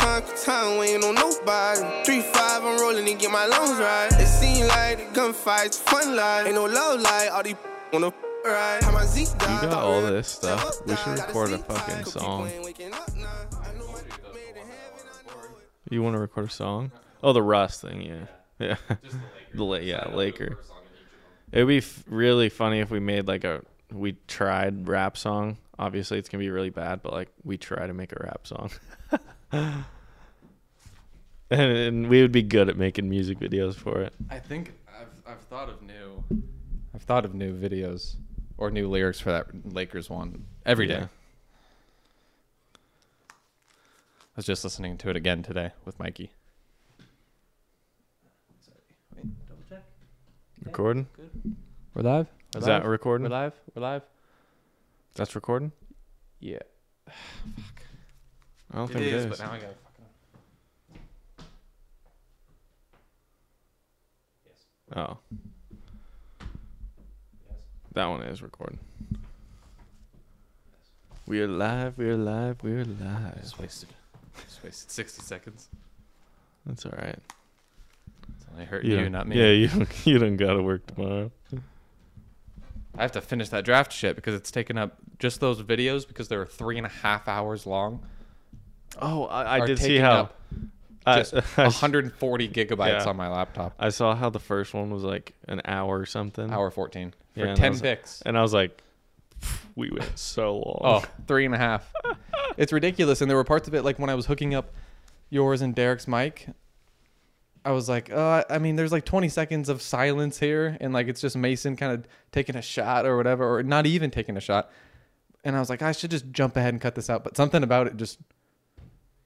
Uncle Tom, we ain't on nobody. 3-5, I'm rolling and get my lungs right. It seem like the gunfights, fun life. Ain't no love life, all these wanna right. How my Zeke died, You got thought all real this stuff. We should Got a record a Zeke vibe. fucking Could be song. playing, waking up now. I know my made it heaven, I know it. You want to record a song? Oh, the Rust thing, yeah, yeah, the La- yeah Laker. It'd be f- really funny if we made like a we tried rap song. Obviously, it's gonna be really bad, but like we try to make a rap song, and, and we would be good at making music videos for it. I think I've I've thought of new I've thought of new videos or new lyrics for that Lakers one every day. Yeah. I was just listening to it again today with Mikey. Recording? We're live? Is that recording? live? We're live? That's recording. Yeah. I don't think it is. I gotta Oh, that one is recording. We're live. We're live. We're live. just wasted just wasted sixty seconds. That's all right. It's only hurt you, don't- not me. Yeah, you don't- you don't gotta work tomorrow. I have to finish that draft shit because it's taken up just those videos because they were three and a half hours long. Oh, I, I are did see taking how. up I, Just I, 140 gigabytes Yeah. on my laptop. I saw how the first one was like an hour or something, Hour 14 for Yeah, and 10 those- picks. and I was like, we went so long. Oh, three and a half. it's ridiculous. And there were parts of it like when I was hooking up yours and Derek's mic. I was like, uh, I mean, there's like 20 seconds of silence here, and like it's just Mason kind of taking a shot or whatever, or not even taking a shot. And I was like, I should just jump ahead and cut this out. But something about it just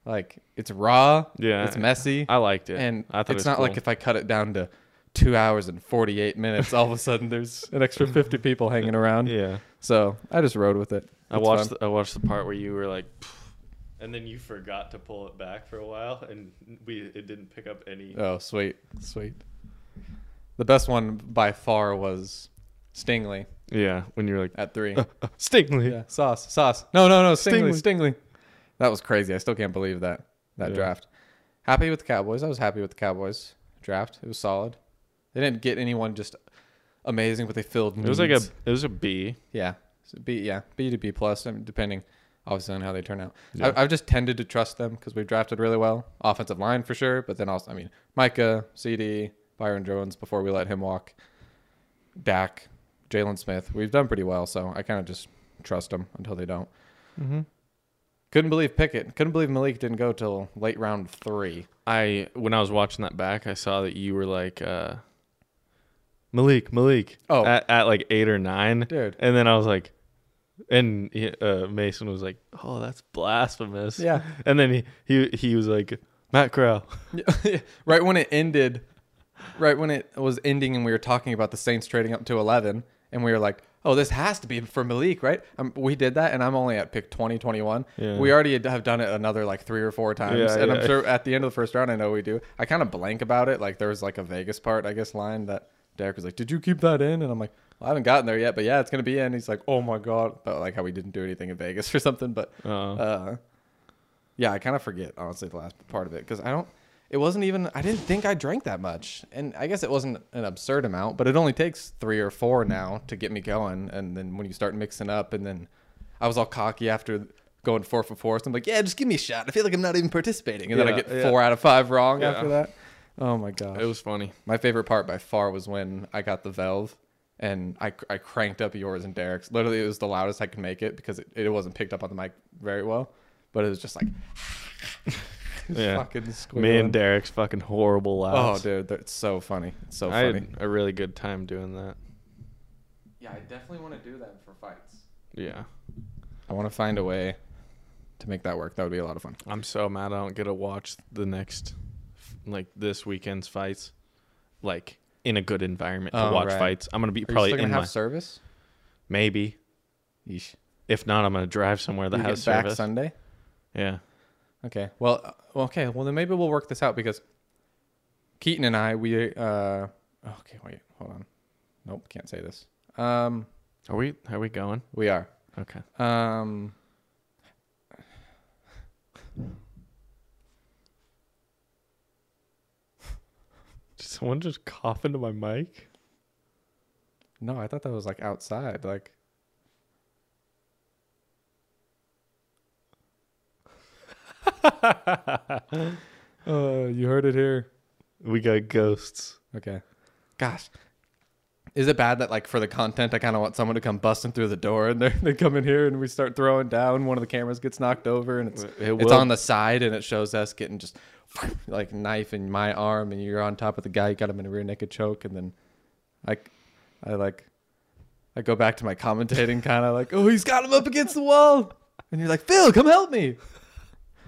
like it's raw, Yeah, it's messy, I liked it, and I thought it's it was not like cool. if I cut it down to two hours and 48 minutes, all of a sudden there's an extra 50 people hanging around. yeah. So I just rode with it. I It's watched fun. the, I watched the part where you were like, and then you forgot to pull it back for a while, and we it didn't pick up any. Oh, sweet, sweet. The best one by far was Stingley Yeah, when you were like "Oh, at three. Stingley. yeah, sauce, sauce. No, no, no, Stingley, Stingley. That was crazy. I still can't believe that that Yeah. draft. Happy with the Cowboys. I was happy with the Cowboys draft. It was solid. They didn't get anyone just amazing, but they filled. It was like a needs. it was a B. Yeah. So B, yeah, B to B plus, I mean, depending obviously on how they turn out. Yeah. I, I've just tended to trust them because we've drafted really well, offensive line for sure, but then also, I mean, Micah, CD, Byron Jones before we let him walk, Dak, Jalen Smith. We've done pretty well, so I kind of just trust them until they don't. Mm-hmm. Couldn't believe Pickett. Couldn't believe Malik didn't go till late round three. I when I was watching that back, I saw that you were like uh, Malik, Malik. Oh. at, at like eight or nine, Dude. And then I was like, and he- uh, Mason was like, "Oh, that's blasphemous." Yeah. And then he he, he was like, "Matt Corral." Yeah. right when it ended, right when it was ending, and we were talking about the Saints trading up to eleven, and we were like, "Oh, this has to be for Malik, right?" Um, we did that, and I'm only at pick twenty twenty one. Yeah. We already had- have done it another like three or four times, Yeah, and yeah. I'm sure at the end of the first round, I know we do. I kind of blank about it. Like there was like a Vegas part, I guess, line that Derek was like, "Did you keep that in?" And I'm like. "Well, I haven't gotten there yet, but yeah, it's gonna be in. He's like, "Oh my god!" But like how we didn't do anything in Vegas or something. But Uh, uh, yeah, I kind of forget honestly the last part of it because I don't. It wasn't even. I didn't think I drank that much, and I guess it wasn't an absurd amount, but it only takes three or four now to get me going. And then when you start mixing up, and then I was all cocky after going four for four. So I'm like, yeah, just give me a shot. I feel like I'm not even participating, and then I Yeah, get yeah. four out of five wrong Yeah. after that. Oh my god! it was funny. My favorite part by far was when I got the valve and I, I cranked up yours and Derek's. Literally, it was the loudest I could make it because it, it wasn't picked up on the mic very well, but it was just like just Yeah. fucking Me squealing. and Derek's fucking horrible Oh, laughs. dude, that's so funny. It's so I funny. had a really good time doing that. yeah, I definitely want to do that for fights. Yeah. I want to find a way to make that work. That would be a lot of fun. I'm so mad I don't get to watch the next, like this weekend's fights, like in a good environment to Oh, watch right. fights. I'm gonna be Are probably you still in gonna my have service? maybe. Yeesh. If not, I'm gonna drive somewhere that You has get back service. Sunday. yeah. Okay. Well, uh, well, okay. Well, then maybe we'll work this out because Keaton and I, we, uh, okay, wait, hold on. Nope, can't say this. Um, Are we are we going? we are. Okay. Um, someone just cough into my mic? No, I thought that was like outside. Like, uh, you heard it here. We got ghosts. Okay. Gosh. Is it bad that like for the content I kind of want someone to come busting through the door and they're- they come in here and we start throwing down one of the cameras gets knocked over and it's It it's will- on the side and it shows us getting just like knife in my arm and you're on top of the guy you got him in a rear naked choke and then I I like I go back to my commentating kind of like oh he's got him up against the wall and you're like Phil come help me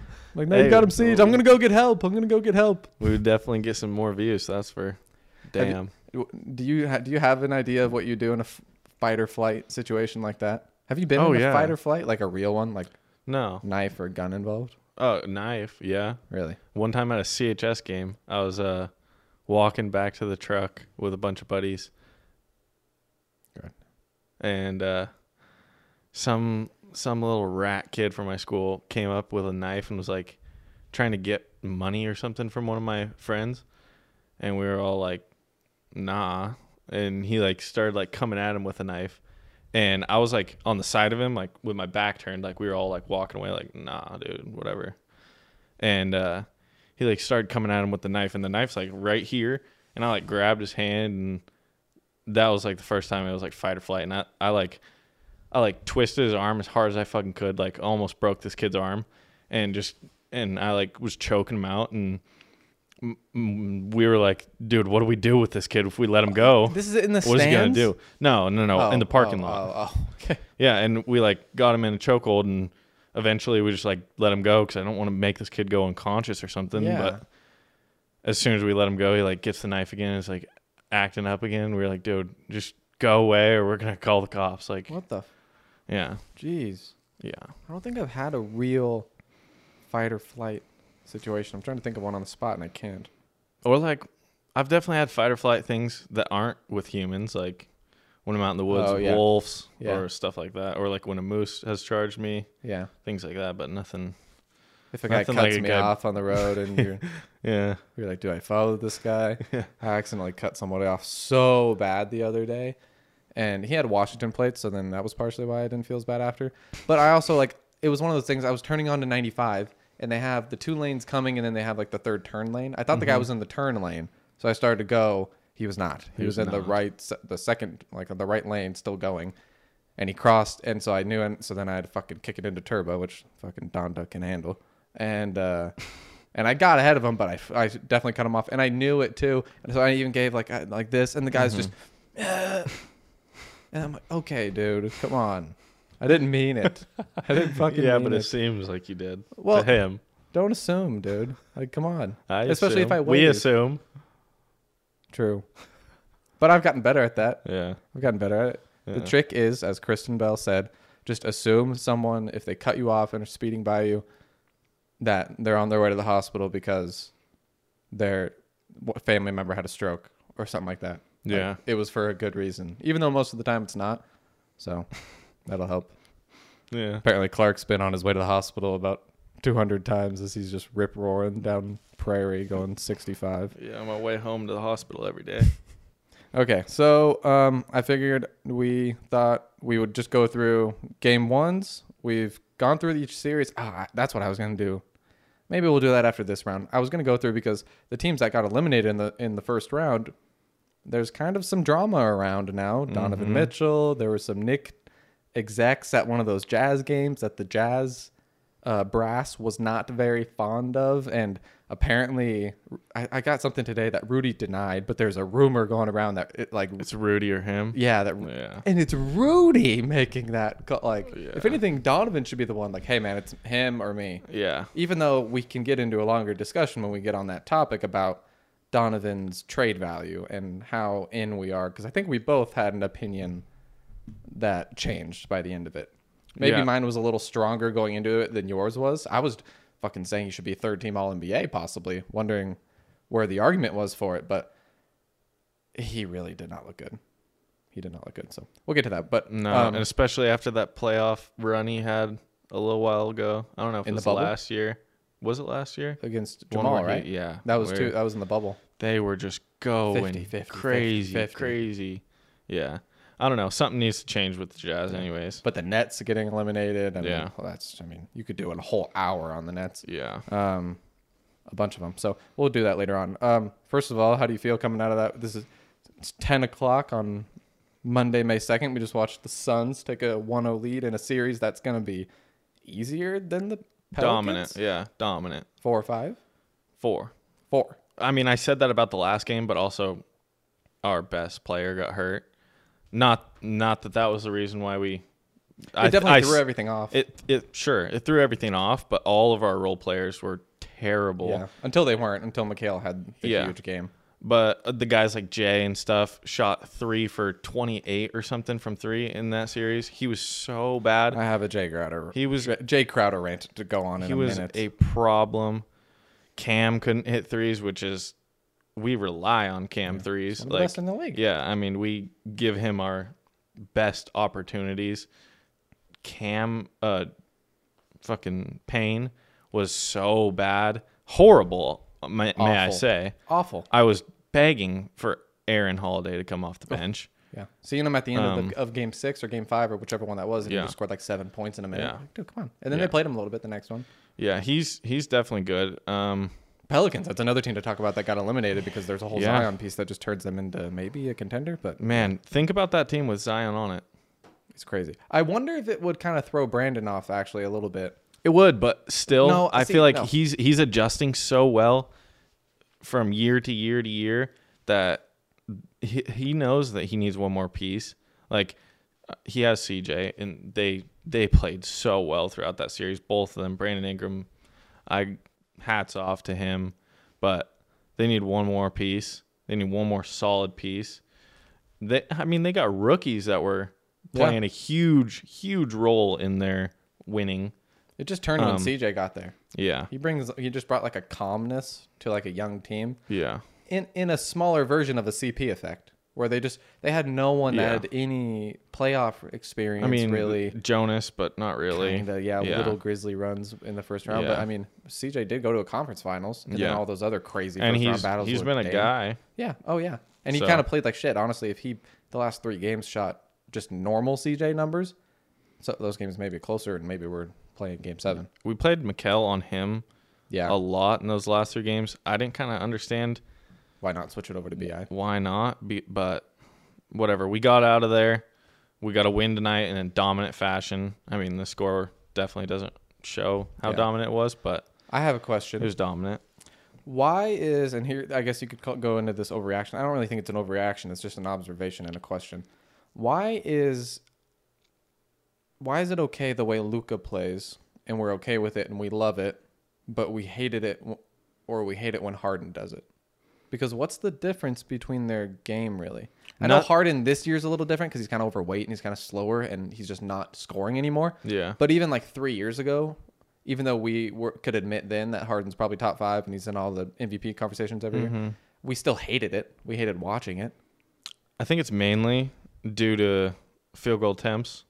I'm like no Hey, you got him siege I'm well- gonna go get help I'm gonna go get help We would definitely get some more views. That's for Have you- damn. Do you ha- do you have an idea of what you do in a f- fight or flight situation like that? Have you been Oh, in a yeah. fight or flight, like a real one, like no. knife or gun involved? Oh, knife. Yeah. Really? One time at a CHS game, I was uh walking back to the truck with a bunch of buddies. Good. And uh some some little rat kid from my school came up with a knife and was like trying to get money or something from one of my friends and we were all like nah and he like started like coming at him with a knife and I was like on the side of him like with my back turned like we were all like walking away like nah dude whatever and uh he like started coming at him with the knife and the knife's like right here and i like grabbed his hand and that was like the first time it was like fight or flight and i, I like i like twisted his arm as hard as i fucking could like almost broke this kid's arm and just and i like was choking him out and m- m- we were like dude what do we do with this kid if we let him go This is in the what's he gonna stands? do no no no in the parking oh, lot Oh, oh, okay. yeah, and we like got him in a chokehold, and eventually we just like let him go because I don't want to make this kid go unconscious or something. Yeah. But as soon as we let him go, he like gets the knife again. And is like acting up again. We're like, dude, just go away, or we're gonna call the cops. Like, What the? F- yeah, Jeez. yeah. I don't think I've had a real fight or flight situation. I'm trying to think of one on the spot and I can't. Or like, I've definitely had fight or flight things that aren't with humans, like when I'm out in the woods, Oh, with yeah. wolves Yeah. or stuff like that, or like when a moose has charged me, Yeah. things like that. But nothing. If a guy Nothing cuts like a me guy- off on the road and you're Yeah. You're like, do I follow this guy? I accidentally cut somebody off so bad the other day. And he had Washington plates, so then that was partially why I didn't feel as bad after. But I also like it was one of those things I was turning on to 95 and they have the two lanes coming and then they have like the third turn lane. I thought Mm-hmm. the guy was in the turn lane. So I started to go, he was not. He, was, was in the not. right se- the second like on the right lane still going. And he crossed and so I knew and so then I had to fucking kick it into turbo, which fucking Donda can handle. And uh and I got ahead of him, but I, I definitely cut him off, and I knew it too. And so I even gave like I, like this, and the guy's just, Mm-hmm. "Uh," and I'm like, okay, dude, come on, I didn't mean it. I didn't fucking yeah, mean but it. it seems like you did. Well, Well, to him. Don't assume, dude. Like, come on. I Especially if assume. I We waited. assume. True, but I've gotten better at that. Yeah. I've gotten better at it. The Yeah. trick is, as Kristen Bell said, just assume someone if they cut you off and are speeding by you, that they're on their way to the hospital because their w- family member had a stroke or something like that. Like, Yeah. it was for a good reason, even though most of the time it's not. So that'll help. Yeah. Apparently, Clark's been on his way to the hospital about 200 times as he's just rip roaring down prairie going 65. Yeah, on my way home to the hospital every day. Okay, so um, I figured we thought we would just go through game ones. We've gone through each series. Ah, that's what I was gonna do. Maybe we'll do that after this round. I was gonna go through because the teams that got eliminated in the in the first round, there's kind of some drama around now. Donovan Mm-hmm. Mitchell. There was some Nick execs at one of those jazz games that the jazz uh, brass was not very fond of and apparently I, I got something today that rudy denied but there's a rumor going around that it, like It's Rudy or him. yeah that Yeah. and it's rudy making that call. like if Yeah. anything donovan should be the one like hey man it's him or me Yeah. even though we can get into a longer discussion when we get on that topic about Donovan's trade value and how in we are, because I think we both had an opinion that changed by the end of it. Maybe Yeah. mine was a little stronger going into it than yours was. I was fucking saying you should be third team All NBA, possibly, wondering where the argument was for it, but he really did not look good. He did not look good. So we'll get to that. But No, um, and especially after that playoff run he had a little while ago. I don't know if In it the was bubble? last year. Was it last year? against One Jamal, where he- right? yeah, That was where- two. That was in the bubble. they were just going 50, 50, crazy, 50. crazy. Yeah, I don't know. Something needs to change with the Jazz, anyways. But the Nets getting eliminated. I mean, Yeah. well, that's. I mean, you could do a whole hour on the Nets. yeah, Um, a bunch of them. So we'll do that later on. Um, first of all, how do you feel coming out of that? This is it's ten o'clock on Monday, May second. We just watched the Suns take a 1-0 lead in a series that's going to be easier than the Pelicans? dominant. Yeah, dominant. Four or five, Four. four. I mean, I said that about the last game, but also our best player got hurt. Not not that that was the reason why we. It definitely s- threw everything off. It it sure it threw everything off, but all of our role players were terrible. yeah, until they weren't. Until Mikhail had the Yeah. huge game. But uh, the guys like Jay and stuff shot three for twenty eight or something from three in that series. He was so bad. I have a Jay Crowder. He was- Jay Crowder rant to go on in he a was minute. a problem. Cam couldn't hit threes, which is we rely on Cam threes. One of the like best in the league. Yeah, I mean we give him our best opportunities. Cam, uh, fucking Payne was so bad, horrible. uh, May, may I Awful. say? Awful. I was begging for Aaron Holiday to come off the bench. Yeah. Seeing him at the end of, the, of game six or game five or whichever one that was, and Um, Yeah. he just scored like seven points in a minute. Yeah. Like, dude, come on. And then Yeah. they played him a little bit the next one. Yeah, he's he's definitely good. Um, Pelicans, that's another team to talk about that got eliminated because there's a whole Yeah. Zion piece that just turns them into maybe a contender, but man, think about that team with Zion on it. it's crazy. I wonder if it would kind of throw Brandon off actually a little bit. It would, but still, No, I see, feel like no. he's he's adjusting so well from year to year to year that he, he knows that he needs one more piece. Like uh, he has CJ, and they they played so well throughout that series. Both of them, Brandon Ingram, I hats off to him, but they need one more piece. They need one more solid piece. They, I mean, they got rookies that were Yeah. playing a huge, huge role in their winning. It just turned when Um, CJ got there. Yeah. He brings he just brought like a calmness to like a young team. Yeah. in in a smaller version of a CP effect, where they just they had no one Yeah. that had any playoff experience. I mean, really, Jonas, but not really. kinda, yeah, little Grizzly runs in the first round. But Yeah. I mean, CJ did go to a conference finals, and Yeah. then all those other crazy and first he's round battles. he's with been a Dame. guy. Yeah. Oh yeah. And he So- kind of played like shit. Honestly, if he the last three games shot just normal CJ numbers, so those games may be closer, and maybe we're playing game seven. We played Mikel on him Yeah. a lot in those last three games. I didn't kind of understand Why not switch it over to Bi? why not, be, but whatever. We got out of there. We got a win tonight in a dominant fashion. I mean, the score definitely doesn't show how Yeah. dominant it was, but I have a question. it was dominant. Why is and here I guess you could call, go into this overreaction. I don't really think it's an overreaction. It's just an observation and a question. Why is why is it okay the way Luca plays and we're okay with it and we love it, but we hated it w- or we hate it when Harden does it? Because what's the difference between their game really? I know Not- Harden this year's a little different because he's kind of overweight and he's kind of slower and he's just not scoring anymore. Yeah. But even like three years ago, even though we were, could admit then that Harden's probably top five and he's in all the MVP conversations every year, we still hated it. We hated watching it. I think it's mainly due to field goal attempts.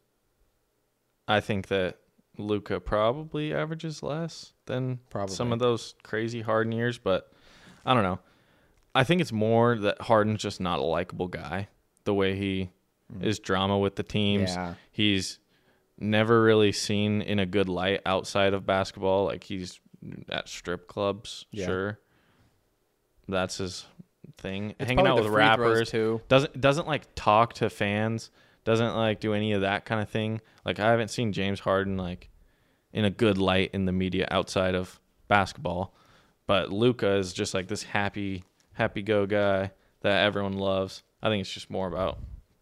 I think that Luca probably averages less than Probably. some of those crazy Harden years, but I don't know. I think it's more that Harden's just not a likable guy. The way he is drama with the teams, Mm. Yeah. he's never really seen in a good light outside of basketball. Like he's at strip clubs, Yeah. sure. That's his thing. It's Hanging probably out the with free throws, rappers too. doesn't doesn't like talk to fans doesn't like do any of that kind of thing like i haven't seen james harden like in a good light in the media outside of basketball but luca is just like this happy happy go guy that everyone loves i think it's just more about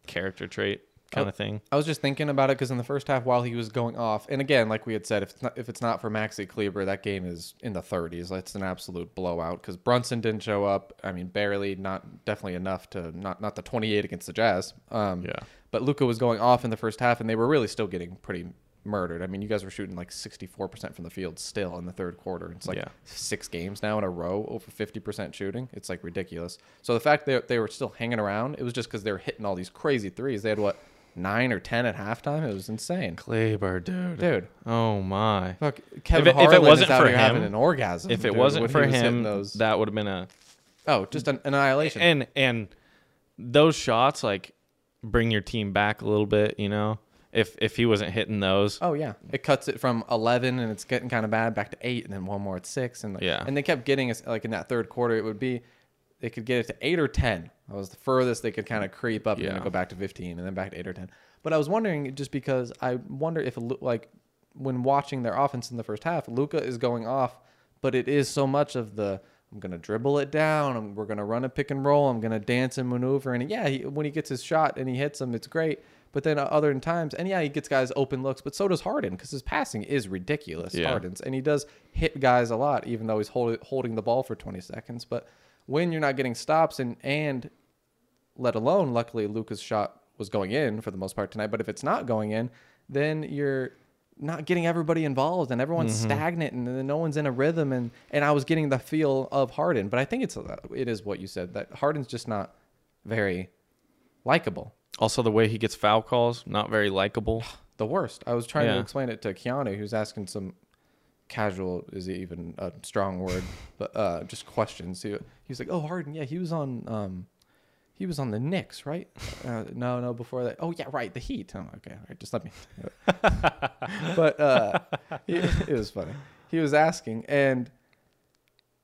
character trait kind Oh. of thing I was just thinking about it because in the first half, while he was going off, and again, like we had said, if it's not, if it's not for Maxi Kleber, that game is in the 30s. That's an absolute blowout because Brunson didn't show up. I mean, barely, not definitely enough to not not the 28 against the Jazz. Um, Yeah. But Luca was going off in the first half, and they were really still getting pretty murdered. I mean, you guys were shooting like 64% from the field still in the third quarter. It's like Yeah. six games now in a row over 50% shooting. It's like ridiculous. So the fact that they were still hanging around, it was just because they were hitting all these crazy threes. They had what nine or ten at halftime. It was insane, glaber dude dude. oh my Fuck, If Kevin it- if it Harlan wasn't is out for here having him- an orgasm. if it dude, wasn't when he for was hitting him those. that would have been a Oh, just an annihilation. and and those shots like bring your team back a little bit you know if if he wasn't hitting those oh yeah, it cuts it from eleven and it's getting kind of bad back to eight, and then one more at six, and like, Yeah. and they kept getting us like in that third quarter. It would be they could get it to eight or ten. That was the furthest they could kind of creep up and Yeah. then go back to fifteen and then back to eight or ten. But I was wondering just because I wonder if Lu- like when watching their offense in the first half, Luca is going off, but it is so much of the I'm gonna dribble it down. and we're gonna run a pick and roll. I'm gonna dance and maneuver. And yeah, he, when he gets his shot and he hits them, it's great. But then uh, other times, and yeah, he gets guys open looks. But so does Harden because his passing is ridiculous. Yeah. Harden happens, and he does hit guys a lot, even though he's hold, holding the ball for 20 seconds. But when you're not getting stops, and and let alone, luckily Luca's shot was going in for the most part tonight. But if it's not going in, then you're not getting everybody involved, and everyone's stagnant, and then no one's in a rhythm. And and I was getting the feel of Harden, but I think it's uh, it is what you said that Harden's just not very likable. also the way he gets foul calls not very likable the worst. I was trying to Yeah. explain it to Keanu, who's asking some casual is it even a strong word, but uh, just questions. He, he's like, "Oh, Harden, yeah, he was on, um, he was on the Knicks, right? Uh, no, no, before that. Oh, yeah, right, the Heat. I'm like, okay, all right, just let me." but uh, he, it was funny. He was asking, and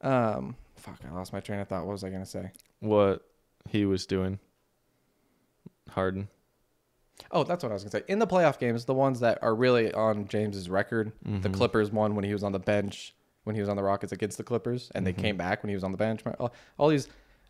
um, fuck, I lost my train of thought. What was I gonna say? what he was doing harden Oh, that's what I was gonna say. In the playoff games, the ones that are really on James's record, the Clippers won when he was on the bench, when he was on the Rockets against the Clippers, and they came back when he was on the bench. All, all these,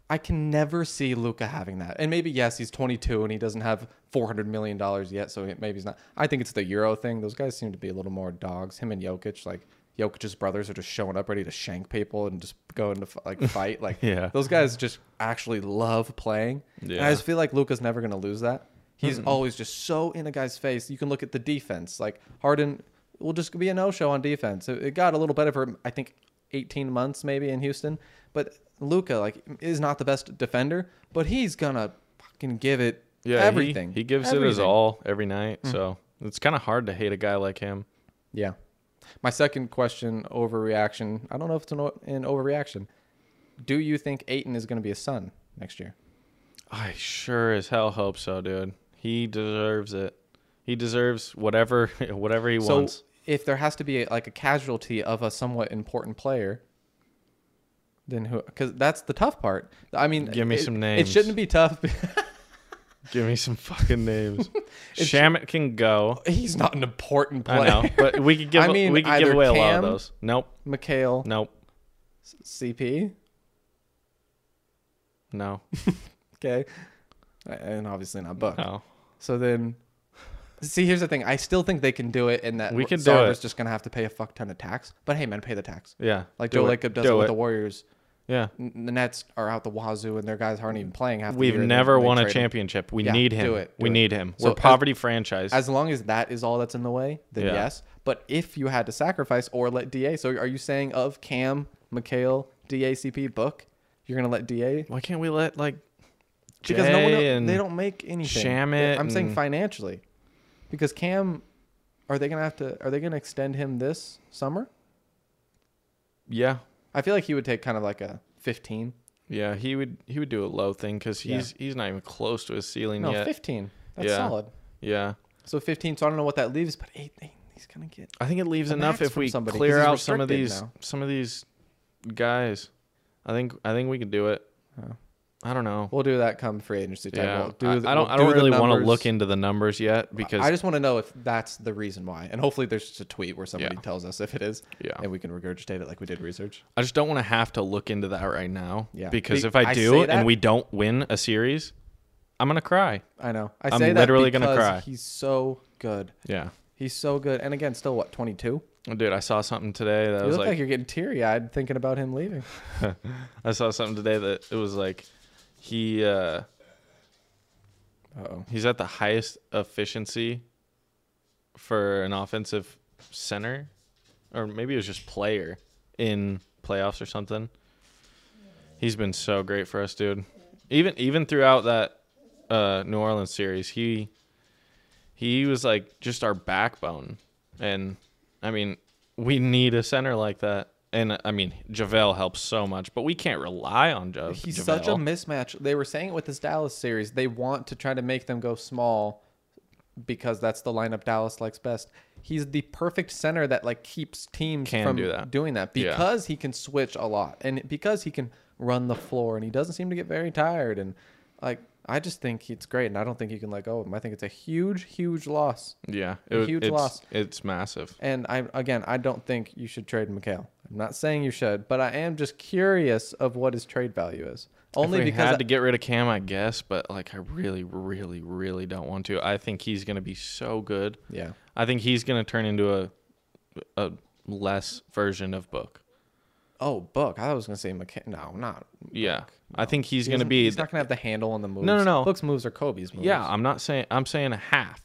I can never see Luca having that. And maybe yes, he's 22 and he doesn't have 400 million dollars yet, so maybe he's not. I think it's the Euro thing. Those guys seem to be a little more dogs. Him and Jokic, like Jokic's brothers, are just showing up ready to shank people and just go into f- like fight. Like Yeah. those guys just actually love playing. And I Yeah. just feel like Luca's never gonna lose that. He's always just so in a guy's face. You can look at the defense. Like Harden will just be a no-show on defense. It, it got a little better for I think 18 months maybe in Houston, but Luca like is not the best defender, but he's gonna fucking give it yeah everything. he, he gives it his Everything. Hmm. all every night so it's kind of hard to hate a guy like him Yeah. My second question, overreaction. I don't know if it's an, o- an overreaction. Do you think Aiton is going to be a son next year? I sure as hell hope so, dude. He deserves it. He deserves whatever whatever he So wants. if there has to be like a casualty of a somewhat important player, then who? Because that's the tough part. I mean, Give me it- some It names. shouldn't be tough. Give me some fucking names. Shamit can go. He's not an important player. I know, but we could give I mean, we could give either away a lot Cam- of those. Nope, Mikhail nope, CP. no, Okay. And obviously not Book. no. So then, see, here's the thing. I still think they can do it, and that We can do Sarver's it. just gonna have to pay a fuck ton of tax. But hey, man, pay the tax. Yeah, Like do Joe it, Lacob does do it with the Warriors. Yeah, N- The Nets are out the wazoo, and their guys aren't even playing half. the we've year, and they- never they won a trade him. championship. We Yeah, need him. do it, we do it. need him. So We're as- poverty franchise. As long as that is all that's in the way, then Yeah. yes. But if you had to sacrifice or let Da, so are you saying of Cam, McHale, DACP, Book, you're gonna let Da? Why can't we let like Jay Because no one el- and they don't make anything. Shamit I'm saying and- financially, because Cam, are they gonna have to? Are they gonna extend him this summer? yeah I feel like he would take kind of like a 15. yeah he would he would do a low thing because Yeah. he's he's not even close to his ceiling No, yet. 15. That's Yeah. solid. Yeah. So 15. So I don't know what that leaves, but 8, eight he's gonna get. I think it leaves a enough max if from we somebody, 'cause clear he's out some of restricted these now. some of these guys. I think I think we could do it. Oh. I don't know. We'll do that come free agency time. yeah, We'll do I, the- I don't. we'll I don't do the really want to numbers. look into the numbers yet because I just want to know if that's the reason why. And hopefully there's just a tweet where somebody Yeah. tells us if it is. Yeah. And we can regurgitate it like we did research. I just don't want to have to look into that right now. Yeah. Because Be- if I I do say and that- we don't win a series, I'm gonna cry. I know. I I'm say that literally gonna because cry. he's so good. Yeah. He's so good. And again, still what, 22? Dude, I saw something today that I You was look like, like, you're getting teary eyed thinking about him leaving. I saw something today that it was like, he uh, Uh-oh. he's at the highest efficiency for an offensive center or maybe it was just player in playoffs or something he's been so great for us dude even even throughout that uh new orleans series he he was like just our backbone and i mean we need a center like that and I mean JaVale helps so much, but we can't rely on Ja- JaVale. He's such a mismatch. They were saying it with this Dallas series. They want to try to make them go small because that's the lineup Dallas likes best. He's the perfect center that like keeps teams Can from do that. doing that Yeah. because he can switch a lot and because he can run the floor and he doesn't seem to get very tired and like I just think it's great and I don't think you can let go of him. I think it's a huge huge loss. yeah, a it- huge it's, loss. It's massive. And I again, I don't think you should trade McHale. I'm not saying you should, but I am just curious of what his trade value is. Only if we because had to get rid of Cam, I guess, but like I really, really, really don't want to. I think he's gonna be so good. yeah, I think he's gonna turn into a a less version of Book. Oh, Book. I was gonna say McKay. No, not. Yeah, I think he's he gonna doesn't- be. He's th- not gonna have the handle on the moves. no, no. Book's moves are Kobe's moves. yeah, I'm not saying. I'm saying a half.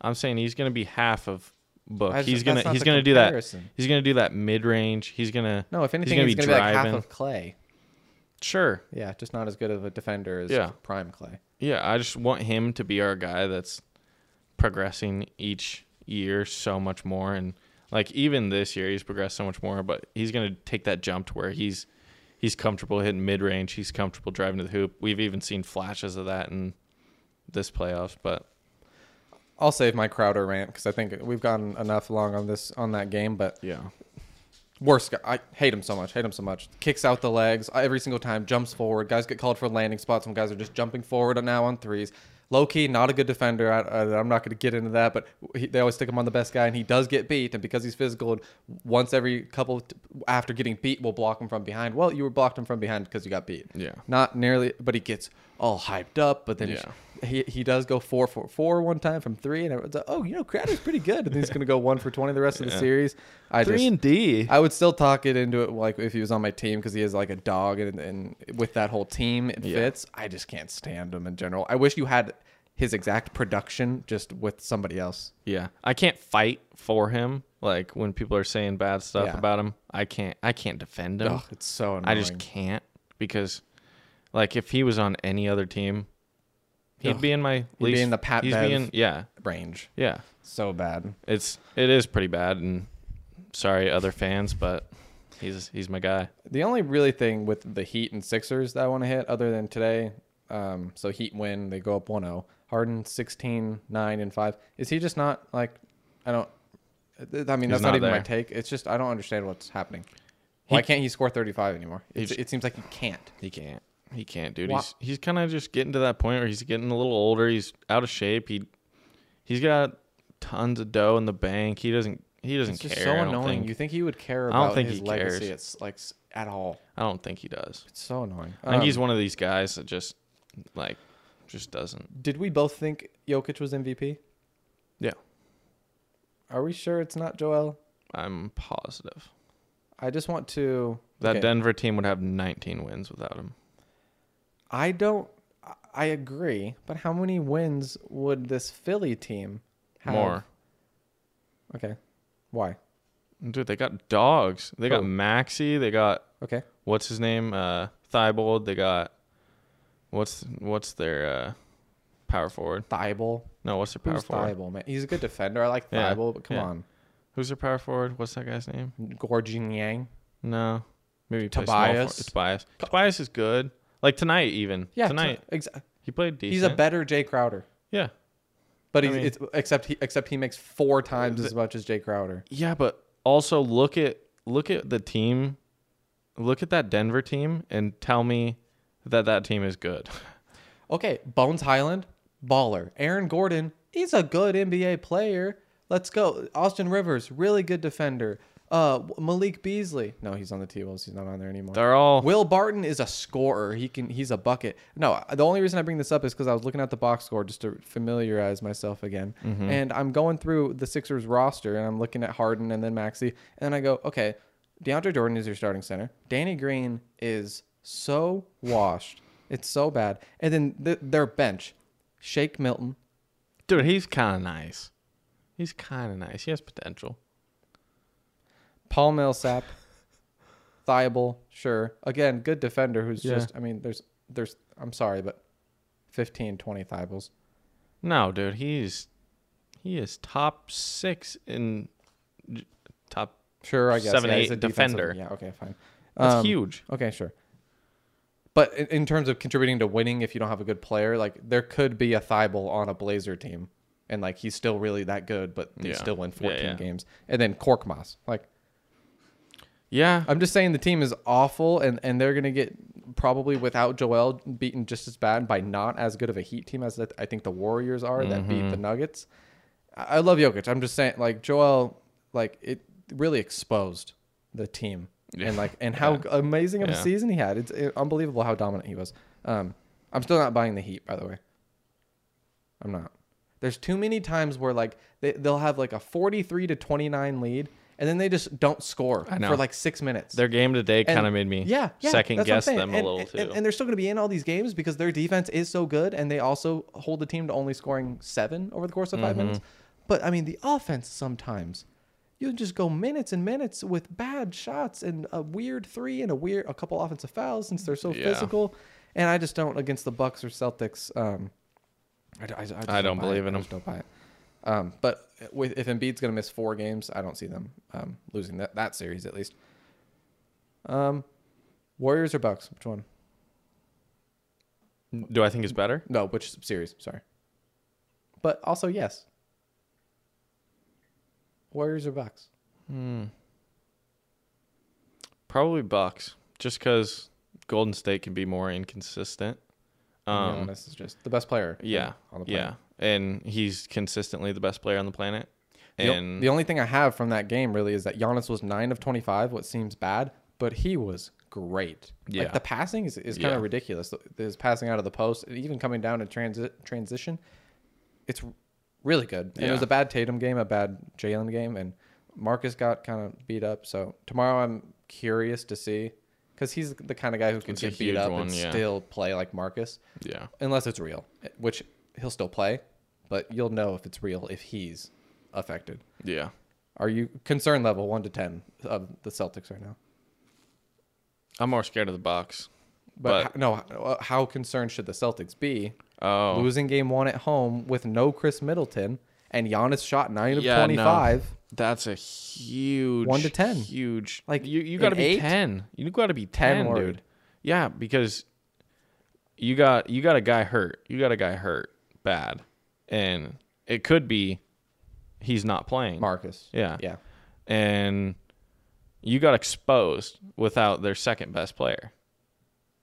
I'm saying he's gonna be half of Book. I just- he's that's gonna not he's the gonna do that. comparison. He's gonna do that mid range. He's gonna No, if anything, he's gonna, be, like half driving. of Clay. sure. Yeah, just not as good of a defender as Yeah. prime Clay. Yeah, I just want him to be our guy that's progressing each year so much more and like even this year he's progressed so much more, but he's going to take that jump to where he's he's comfortable hitting mid-range, he's comfortable driving to the hoop. We've even seen flashes of that in this playoffs, but I'll save my Crowder rant because I think we've gotten enough long on this on that game. But yeah. worst guy, I hate him so much. Hate him so much. Kicks out the legs uh, every single time. Jumps forward. Guys get called for landing spots. Some guys are just jumping forward now on threes. Low key, not a good defender. I, I, I'm not going to get into that, but he, they always stick him on the best guy, and he does get beat. And because he's physical, and once every couple t- after getting beat, we'll block him from behind. Well, you were blocked him from behind because you got beat. Yeah. not nearly, but he gets all hyped up. But then Yeah. he, he he does go four for four one time from three, and everyone's like, "Oh, you know, Crowder's pretty good." And he's going to go one for twenty the rest of the Yeah. series. I just, D. I would still talk it into it like if he was on my team because he is like a dog and, and with that whole team it Yeah. fits. I just can't stand him in general. I wish you had his exact production just with somebody else. yeah. I can't fight for him like when people are saying bad stuff Yeah. about him. I can't I can't defend him. Ugh, it's so annoying. I just can't because, like, if he was on any other team, he'd Ugh. be in my be least. in the Pat he's Bev. being- yeah, range yeah. so bad. It's it is pretty bad, and sorry, other fans, but he's he's my guy. The only really thing with the Heat and Sixers that I want to hit other than today, um, so Heat win they go up 1-0. Harden 16, 9 and 5. Is he just not like I don't I mean, that's not, not even my there. take. It's just I don't understand what's happening. Why can't he score 35 anymore? It's, He's- it seems like he can't. He can't. He can't, dude. Wha- He's he's kind of just getting to that point where he's getting a little older. He's out of shape. He he's got tons of dough in the bank. He doesn't he doesn't It's care. just so I don't annoying. think- You think he would care don't about think his he legacy? cares. It's like s- at all. I don't think he does. It's so annoying. I think Um, he's one of these guys that just like just doesn't. Did we both think Jokic was MVP? Yeah. Are we sure it's not Joel? I'm positive. I just want to That Okay. Denver team would have 19 wins without him. I don't. I- I agree, but how many wins would this Philly team have? More. Okay. Why? Dude, they got dogs. They got Who? Maxi. They got Okay. what's his name? Uh Thibault. They got what's what's their uh power forward? Thibault. No, what's their power Who's forward? Thibault, man? He's a good defender. I like Yeah, Thibault, but come yeah. on. Who's their power forward? What's that guy's name? Gorgin Yang. No. Maybe he plays small forward. Tobias. Tobias. Tobias is good. Like tonight even. Yeah. Tonight exa- he played decent. he's a better Jay Crowder. Yeah. But I he's, mean- it's, except he except he makes four times as much as Jay Crowder. Yeah, but also look at look at the team, look at that Denver team, and tell me that that team is good. Okay, Bones Highland, baller. Aaron Gordon, he's a good NBA player. Let's go. Austin Rivers, really good defender. Uh, Malik Beasley. No, he's on the T Wolves. He's not on there anymore. They're all Will Barton is a scorer. He can. He's a bucket. No, the only reason I bring this up is because I was looking at the box score just to familiarize myself again, and I'm going through the Sixers roster and I'm looking at Harden and then Maxi, and I go, okay, DeAndre Jordan is your starting center. Danny Green is so washed. It's so bad. And then th- their bench, Shake Milton. dude. He's kind of nice. He's kind of nice. He has potential. Paul Millsap, Thibault, sure. Again, good defender who's Yeah. just I mean, there's there's I'm sorry, but 15, 20 Thibaults. No, dude. He's he is top six in j- top Sure, I guess. Seven, yeah, he's eight a defensive- defender. Yeah, okay, fine. That's Um, huge. Okay, sure. But in, in terms of contributing to winning, if you don't have a good player, like there could be a Thibault on a Blazer team, and like he's still really that good, but they Yeah. still win Yeah, 14 yeah. games. And then Korkmaz, like Yeah. I'm just saying the team is awful, and and they're gonna get probably without Joel beaten just as bad by not as good of a Heat team as that I think the Warriors are that beat Mm-hmm. the Nuggets. I I love Jokic. I'm just saying, like Joel, like it really exposed the team Yeah. and like and how amazing of a Yeah. season he had. It's uh, unbelievable how dominant he was. Um, I'm still not buying the Heat, by the way. I'm not. There's too many times where like they they'll have like a 43 to 29 lead, and then they just don't score I know. for like six minutes. Their game today And- kind of made me yeah, yeah, second that's what I'm guess saying. them a And- little and, too. And, they're still going to be in all these games because their defense is so good, and they also hold the team to only scoring seven over the course of 5 Mm-hmm. minutes. But I mean, the offense sometimes you just go minutes and minutes with bad shots and a weird three and a weird a couple offensive fouls since they're so Yeah. physical. And I just don't against the Bucks or Celtics. Um, I, d- I d- I just I don't buy believe it. in I just don't buy it. Um, but with, if Embiid's going to miss four games, I don't see them um, losing that, that series at least. Um, Warriors or Bucks? Which one? Do I think it's better? No, which series? Sorry. But also yes. Warriors or Bucks? Probably Bucks, just because Golden State can be more inconsistent. Um, Giannis is just the best player. yeah, on the yeah, planet. and he's consistently the best player on the planet. The o- And the only thing I have from that game really is that Giannis was nine of twenty-five, what seems bad, but he was great. Yeah. Like the passing is, is kind Yeah. of ridiculous. His passing out of the post, and even coming down in transit transition, it's r- really good. And It was Yeah. a bad Tatum game, a bad Jalen game, and Marcus got kind of beat up. So tomorrow I'm curious to see because he's the kind of guy who can It's a get beat huge up one, and yeah. still play like Marcus, yeah, unless it's real, which he'll still play. But you'll know if it's real if he's affected. yeah, Are you concern level one to ten of the Celtics right now? I'm more scared of the Bucks. But- But, h- no, h- how concerned should the Celtics be? Oh, Losing game one at home with no Chris Middleton and Giannis shot nine of Yeah, no. twenty-five. that's a huge One to 10. Huge, Like, like you, you an got to be eight? ten. You got to be 10 ten, worried. dude. Yeah, because you got you got a guy hurt. You got a guy hurt bad, and it could be he's not playing. Marcus. Yeah. Yeah. and you got exposed without their second best player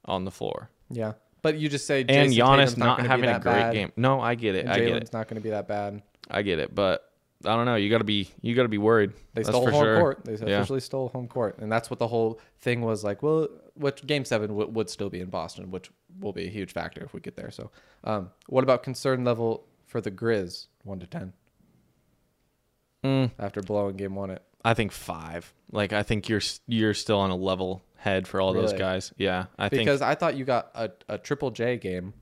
on the floor. Yeah. But you just say And Jason Giannis Tatum's not, gonna be having a that great bad, game. No, I get it. And I get Jalen's it. not going to be that bad. I get it. But I don't know. You got to be. You got to be worried. They That's stole for home sure. court. They yeah. officially stole home court, and that's what the whole thing was like. Well, which game seven w- would still be in Boston, which will be a huge factor if we get there. So, um, what about concern level for the Grizz, one to ten? Mm. After blowing game one, it I think five. Like I think you're s- you're still on a level head for all those Really? guys. Yeah, I because think. I thought you got a, a triple J game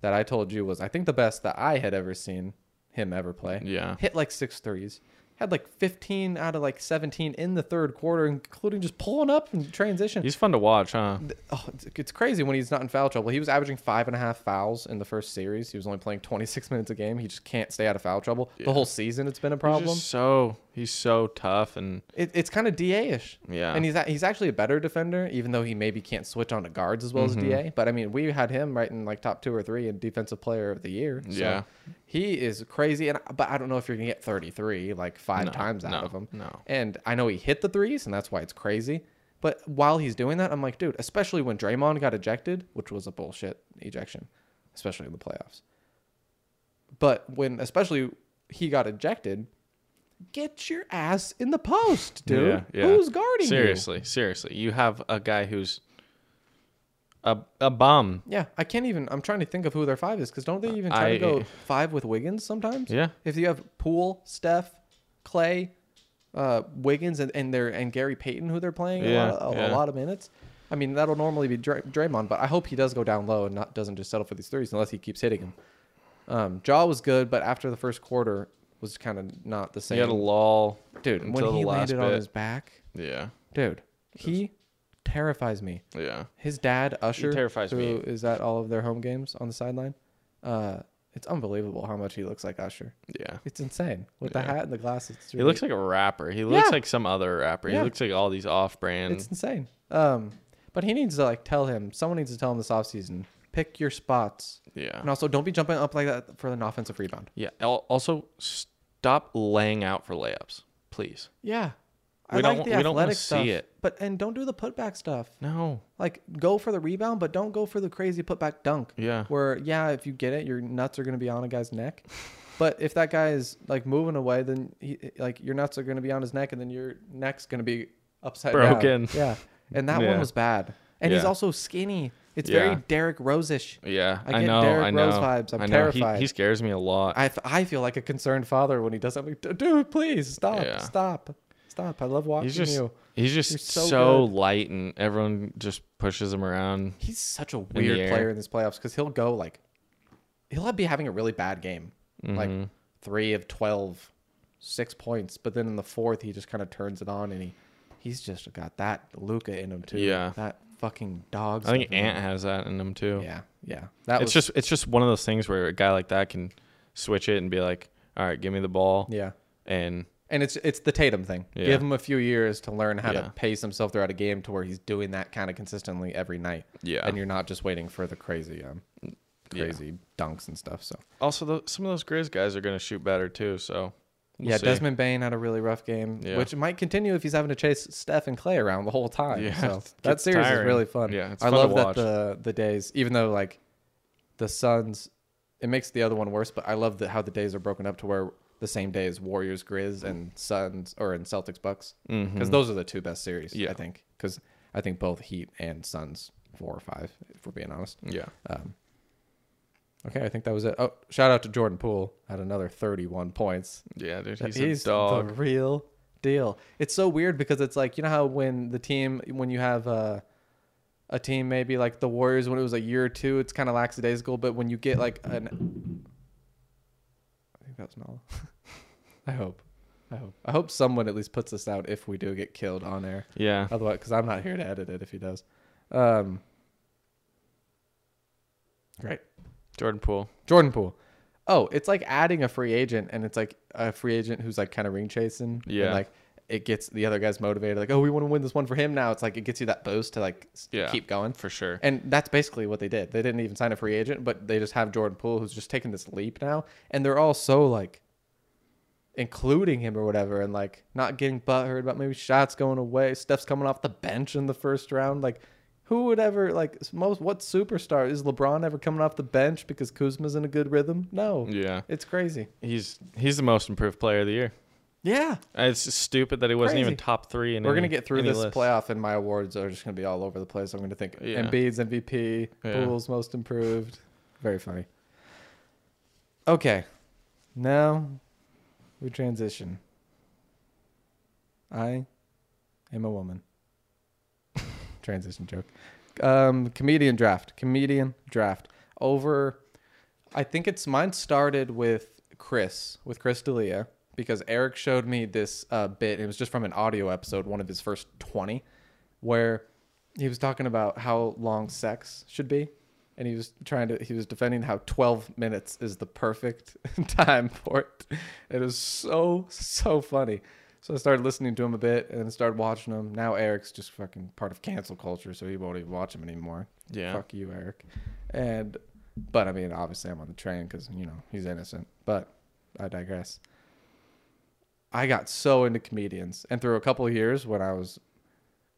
that I told you was I think the best that I had ever seen him ever play. Yeah. hit like six threes. Had like 15 out of like 17 in the third quarter, including just pulling up and transition. He's fun to watch, huh? th- oh, it's, it's crazy when he's not in foul trouble. He was averaging five and a half fouls in the first series. He was only playing 26 minutes a game. He just can't stay out of foul trouble. The whole season, it's been a problem. He's just so he's so tough and It, it's kind of DA ish. Yeah. And he's a, he's actually a better defender, even though he maybe can't switch on to guards as well as Mm-hmm. DA. But I mean, we had him right in like top two or three in defensive player of the year. So Yeah. He is crazy, and but I don't know if you're gonna get 33 like five No, times out no, of him. no. And I know he hit the threes, and that's why it's crazy. But while he's doing that, I'm like, dude, especially when Draymond got ejected, which was a bullshit ejection, especially in the playoffs. But when especially he got ejected, get your ass in the post, dude. Yeah, yeah. Who's guarding you? seriously, seriously. You have a guy who's a a bum. Yeah, I can't even. I'm trying to think of who their five is because don't they even try to I- go five with Wiggins sometimes? Yeah. If you have Poole, Steph, Clay, uh, Wiggins, and and, their, and Gary Payton, who they're playing a, Yeah, lot of, a yeah. lot of minutes, I mean that'll normally be Dray- Draymond, but I hope he does go down low and not doesn't just settle for these threes unless he keeps hitting them. Um, Jaw was good, but after the first quarter was kind of not the He same. had a lull, dude, when until the he last landed on bit. his back, Yeah, dude, he terrifies me. yeah. His dad, Usher, terrifies who me. is at all of their home games on the sideline. Uh, It's unbelievable how much he looks like Usher. Yeah. It's insane with the Yeah. hat and the glasses. It's He really- looks like a rapper. He looks Yeah. like some other rapper. Yeah. He looks like all these off-brand. It's insane. Um, but he needs to like tell him. Someone needs to tell him this offseason. Pick your spots, yeah. and also don't be jumping up like that for an offensive rebound. Yeah. Al- Also, stop laying out for layups, please. Yeah, We don't want- we don't wanna see stuff, it. but and don't do the putback stuff. No. Like go for the rebound, but don't go for the crazy putback dunk. Yeah. Where yeah, if you get it, your nuts are gonna be on a guy's neck. But if that guy is like moving away, then he, like your nuts are gonna be on his neck, and then your neck's gonna be upside down. Broken. Yeah, and that one Yeah. was bad. And he's Yeah. also skinny. It's very Yeah. Derrick Rose-ish. Yeah. I I, get know. Derrick I know. Rose vibes. I'm I know. terrified. He, he scares me a lot. I, f- I feel like a concerned father when he does something. D- Dude, please stop, Yeah. stop, stop. I love watching he's just you. he's just You're so so, good. light, and everyone just pushes him around. He's such a the weird air. player in these playoffs because he'll go like, he'll be having a really bad game, Mm-hmm. like three of 12, six points. But then in the fourth, he just kind of turns it on and he, he's just got that Luca in him too. Yeah. that fucking dog. I think stuff in him. Ant has that in him too. Yeah, yeah. That it's was just it's just one of those things where a guy like that can switch it and be like, all right, give me the ball. yeah. And And it's it's the Tatum thing. Yeah. Give him a few years to learn how Yeah. to pace himself throughout a game to where he's doing that kind of consistently every night. Yeah. Mm, And you're not just waiting for the crazy um Yeah. crazy dunks and stuff. So also, tho- some of those Grizz guys are gonna shoot better too. So we'll yeah, see. Desmond Bain had a really rough game, Yeah. which might continue if he's having to chase Steph and Clay around the whole time. Yeah, So it that gets series is tiring. really fun. Yeah, it's I fun to love watch. that the the days, even though like the Suns, it makes the other one worse. But I love that how the days are broken up to where the same day is Warriors, Grizz, and Suns, or in Celtics, Bucks, because those are the two best series. I Mm-hmm. Yeah. think because I think both Heat and Suns four or five, if we're being honest. Yeah. Okay, I think that was it. Oh, shout out to Jordan Poole had another thirty-one points. Yeah, dude. He's, He's, a dog. the real deal. It's so weird because it's like you know how when the team when you have a a team maybe like the Warriors when it was a year or two, it's kind of lackadaisical. But when you get like an, I think that was Nala. I hope, I hope, I hope someone at least puts this out if we do get killed on air. Yeah. Otherwise, because I'm not here to edit it if he does. Um, great. Jordan Poole. Jordan Poole. Oh, it's like adding a free agent, and it's like a free agent who's like kind of ring chasing. Yeah. And like it gets the other guys motivated. Like, oh, we want to win this one for him now. It's like it gets you that boost to like s- Yeah. keep going. For sure. And that's basically what they did. They didn't even sign a free agent, but they just have Jordan Poole who's just taking this leap now. And they're all so like including him or whatever and like not getting butthurt about maybe shots going away. Steph's coming off the bench in the first round. Like who would ever like most what superstar is LeBron ever coming off the bench because Kuzma's in a good rhythm? No. Yeah. It's crazy. He's he's the most improved player of the year. Uh, Yeah. It's just stupid that he wasn't Crazy. even top three. In We're gonna any- get through any this list. playoff, and my awards are just gonna be all over the place. I'm gonna think Yeah. Embiid's MVP, Yeah. Poole's most improved. Very funny. Okay, now we transition. I am a woman. transition joke. Um, comedian draft. Comedian draft. Over. I think it's mine started with Chris, with Chris D'Elia, because Eric showed me this uh, bit. It was just from an audio episode, one of his first 20, where he was talking about how long sex should be. And he was trying to, he was defending how 12 minutes is the perfect time for it. It is so, so funny. So I started listening to him a bit and started watching him. Now Eric's just fucking part of cancel culture, so he won't even watch him anymore. Yeah. Fuck you, Eric. And, but I mean, obviously I'm on the train because, you know, he's innocent. But I digress. I got so into comedians. And through a couple of years when I was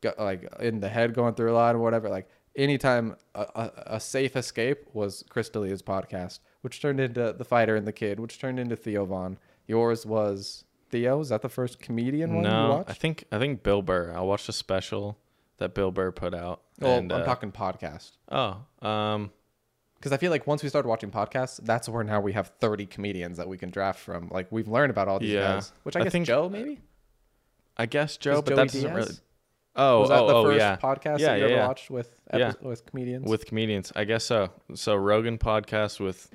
got, like in the head going through a lot or whatever, like anytime a, a, a safe escape was Chris D'Elia's podcast, which turned into The Fighter and the Kid, which turned into Theo Vaughn. Yours was Theo. Is that the first comedian one you No, watched? I think I think Bill Burr. I watched a special that Bill Burr put out. well, and, I'm uh, talking podcast. Oh, um, Because I feel like once we started watching podcasts, that's where now we have 30 comedians that we can draft from. Like we've learned about all these Yeah. guys, which I, I guess think- Joe maybe. I guess Joe, Is but Joey that doesn't Diaz? really. Oh, was that oh, the oh, first yeah. podcast yeah, that you yeah, ever yeah. watched with Yeah. epi- with comedians with comedians? I guess so. So Rogan podcast with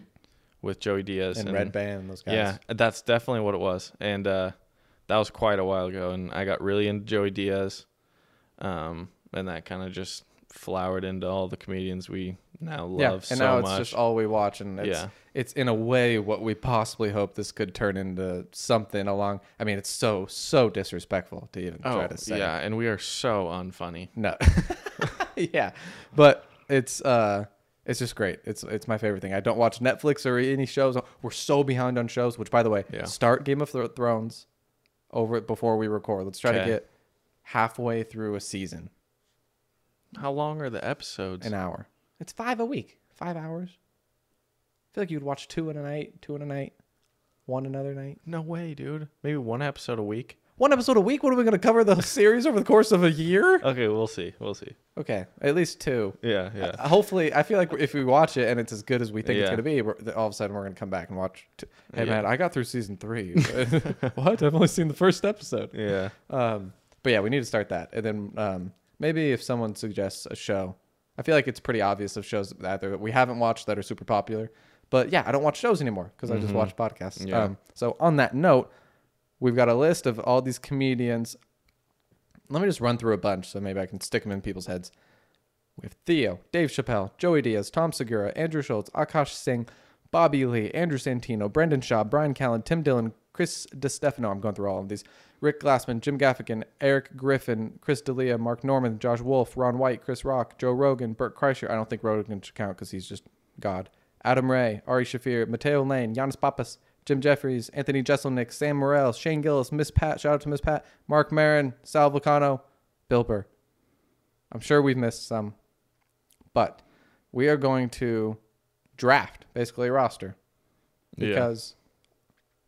with Joey Diaz and Red Band and those guys? Yeah, that's definitely what it was, and uh, that was quite a while ago. And I got really into Joey Diaz, um, and that kind of just flowered into all the comedians we now love yeah, and so now it's much. just all we watch, and it's, Yeah. it's in a way what we possibly hope this could turn into something along. I mean, it's so so disrespectful to even oh, try to say. yeah, and we are so unfunny. No. yeah, but it's uh, it's just great. It's it's my favorite thing. I don't watch Netflix or any shows. We're so behind on shows. Which, by the way, Yeah. start Game of Thro- Thrones over it before we record. Let's try to Okay. get halfway through a season. How long are the episodes? An hour. It's five a week. Five hours. I feel like you'd watch two in a night, two in a night, one another night. no way, dude. Maybe one episode a week. One episode a week. What are we going to cover the series over the course of a year? Okay, we'll see. We'll see. Okay, at least two. Yeah, yeah. Uh, Hopefully, I feel like if we watch it and it's as good as we think it's Yeah. going to be, we're, th- all of a sudden we're going to come back and watch. T- hey Yeah. man, I got through season three. what? I've only seen the first episode. yeah. Um, but yeah, we need to start that, and then um, maybe if someone suggests a show, I feel like it's pretty obvious of shows that either we haven't watched that are super popular. But yeah, I don't watch shows anymore because I just watch podcasts. Mm-hmm. Yeah. Um, so on that note, we've got a list of all these comedians. Let me just run through a bunch so maybe I can stick them in people's heads. We have Theo, Dave Chappelle, Joey Diaz, Tom Segura, Andrew Schultz, Akash Singh, Bobby Lee, Andrew Santino, Brendan Shaw, Brian Callen, Tim Dillon, Chris DeStefano. I'm going through all of these. Rick Glassman, Jim Gaffigan, Eric Griffin, Chris D'Elia, Mark Norman, Josh Wolf, Ron White, Chris Rock, Joe Rogan, Burt Kreischer. I don't think Rogan should count because he's just God. Adam Ray, Ari Shafir, Mateo Lane, Giannis Papas, Jim Jeffries, Anthony Jeselnik, Sam Morrell, Shane Gillis, Miss Pat. Shout out to Miss Pat. Mark Marin, Sal Vulcano, Bill Burr. I'm sure we've missed some, but we are going to draft basically a roster yeah. because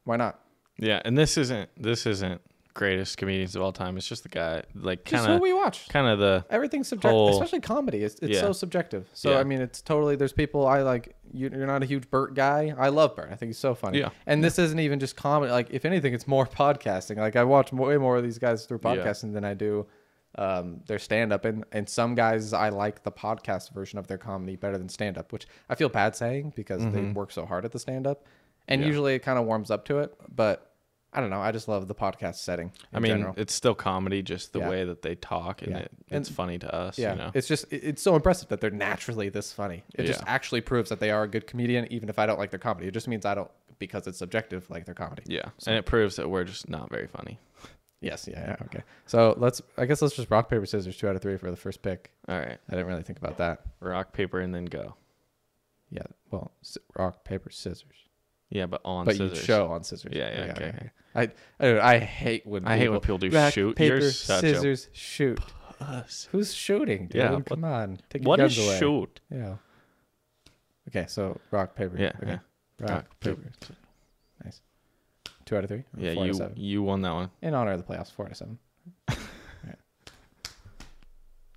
why not? Yeah, and this isn't this isn't greatest comedians of all time. It's just the guy like Just kind who of we watch. kind of the Everything's subjective, whole- especially comedy. It's, it's Yeah. so subjective. So Yeah. I mean, it's totally. There's people I like. You, you're not a huge Bert guy. I love Bert. I think he's so funny. Yeah. And this isn't even just comedy. Like if anything, it's more podcasting. Like I watch mo- way more of these guys through Yeah. podcasting than I do um, their stand up. And and some guys I like the podcast version of their comedy better than stand up, which I feel bad saying because they work so hard at the stand up. And Mm-hmm. Yeah. usually it kind of warms up to it, but I don't know. I just love the podcast setting. in I mean, general. it's still comedy, just the Yeah. way that they talk, and Yeah. it, And- it's funny to us. Yeah, you know? it's just it- it's so impressive that they're naturally this funny. It just Yeah. actually proves that they are a good comedian, even if I don't like their comedy. It just means I don't because it's subjective, like their comedy. yeah, and it proves that we're just not very funny. Yes. Yeah. yeah, Okay. So let's. I guess let's just rock paper scissors two out of three for the first pick. All right, I didn't really think about that. rock paper and then go. Yeah. Well, s- rock paper scissors. Yeah, but on but scissors. you show on scissors. Yeah, yeah, okay, I, I, don't know, I hate when I hate when people do rock, shoot. paper You're such a scissors shoot. Who's shooting? Yeah, Dylan? what- Come on. Take your What is guns away. shoot? Yeah. Okay, so rock paper. Yeah, Okay. Rock, paper. Nice. Two out of three. or Yeah, Four out you of seven. you won that one. In honor of the playoffs, four out of seven. Alright.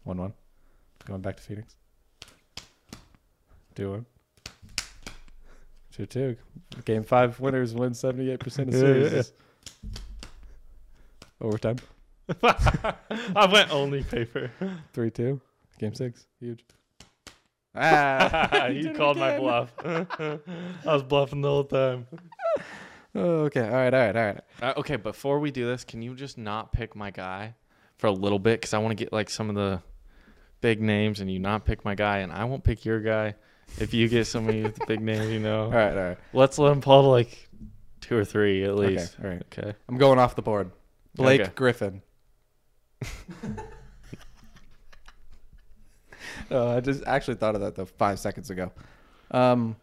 One one. Going back to Phoenix. Two one. Two two. Game five winners win seventy eight percent of Yeah, yeah, yeah. series. Overtime. I went only paper. Three two. Game six. Huge. Ah, he did it again. I was bluffing the whole time. Oh, okay. All right. All right. All right. Uh, okay, before we do this, can you just not pick my guy for a little bit? Because I want to get like some of the big names, and you not pick my guy, and I won't pick your guy if you get somebody with the big name. You know, All right. All right. let's let him pull like two or three at Okay, least. all right. Okay. I'm going off the board. Blake Okay. Griffin. uh, I just actually thought of that though five seconds ago. Um,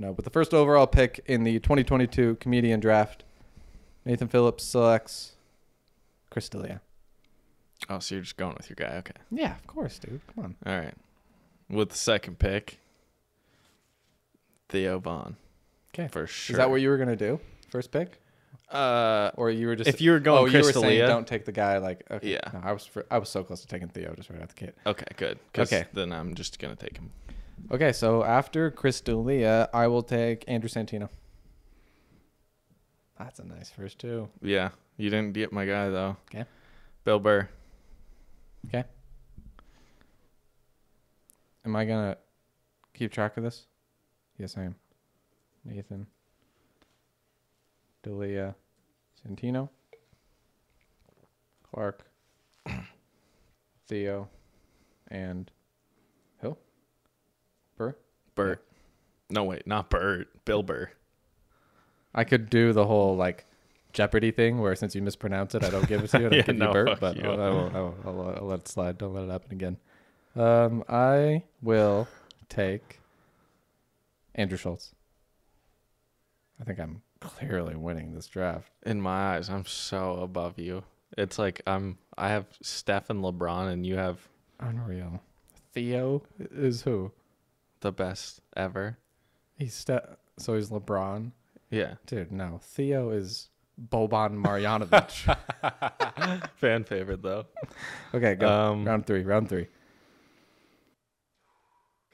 no, but the first overall pick in the 2022 comedian draft, Nathan Phillips selects Chris D'Elia. Oh, so you're just going with your guy. Okay. Yeah, of course, dude. Come on. All right. With the second pick, Theo Vaughn. Okay. For sure. Is that what you were gonna do? First pick, Uh, or you were just if you were going oh, you Chris were saying D'Elia? don't take the guy like okay. Yeah. No, I was fr- I was so close to taking Theo just right out the gate. okay, good. 'cause Okay. Then I'm just gonna take him. Okay, so after Chris D'Elia, I will take Andrew Santino. That's a nice first two. Yeah. You didn't get my guy though. Okay. Bill Burr. Okay. Am I gonna keep track of this? Yes, I am. Nathan, D'Elia, Santino, Clark, Theo, and Hill, Burr. Bert. No wait, not Bert. Bill Burr. I could do the whole like Jeopardy thing where since you mispronounce it, I don't give it to you. And Yeah, I give no, you Bert, fuck but you. I'll, I won't, I won't, I'll, I'll let it slide. Don't let it happen again. Um, I will take Andrew Schultz. I think I'm clearly winning this draft. In my eyes, I'm so above you. It's like I'm. I have Steph and LeBron, and you have Unreal. Theo is who? the best ever. He's ste- so he's LeBron. Yeah, Dude, no. Theo is Boban Marjanovic. fan favorite though. okay, go. Um, round three. Round three.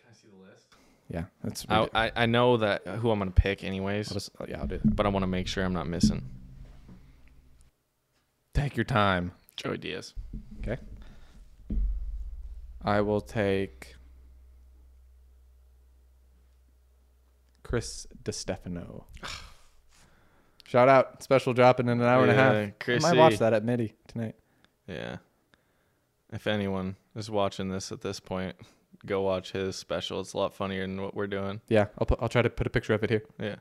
Can I see the list? Yeah, that's. I, I, I know that who I'm gonna pick anyways, I'll just- oh, yeah, I'll do that. but I want to make sure I'm not missing Take your time. Joey Diaz. Okay. I will take Chris DeStefano. Shout out. Special dropping in an hour and a Yeah, half. I Chrissy. might watch that at MIDI tonight. Yeah. If anyone is watching this at this point, go watch his special. It's a lot funnier than what we're doing. Yeah, I'll, put, I'll try to put a picture of it here. Yeah.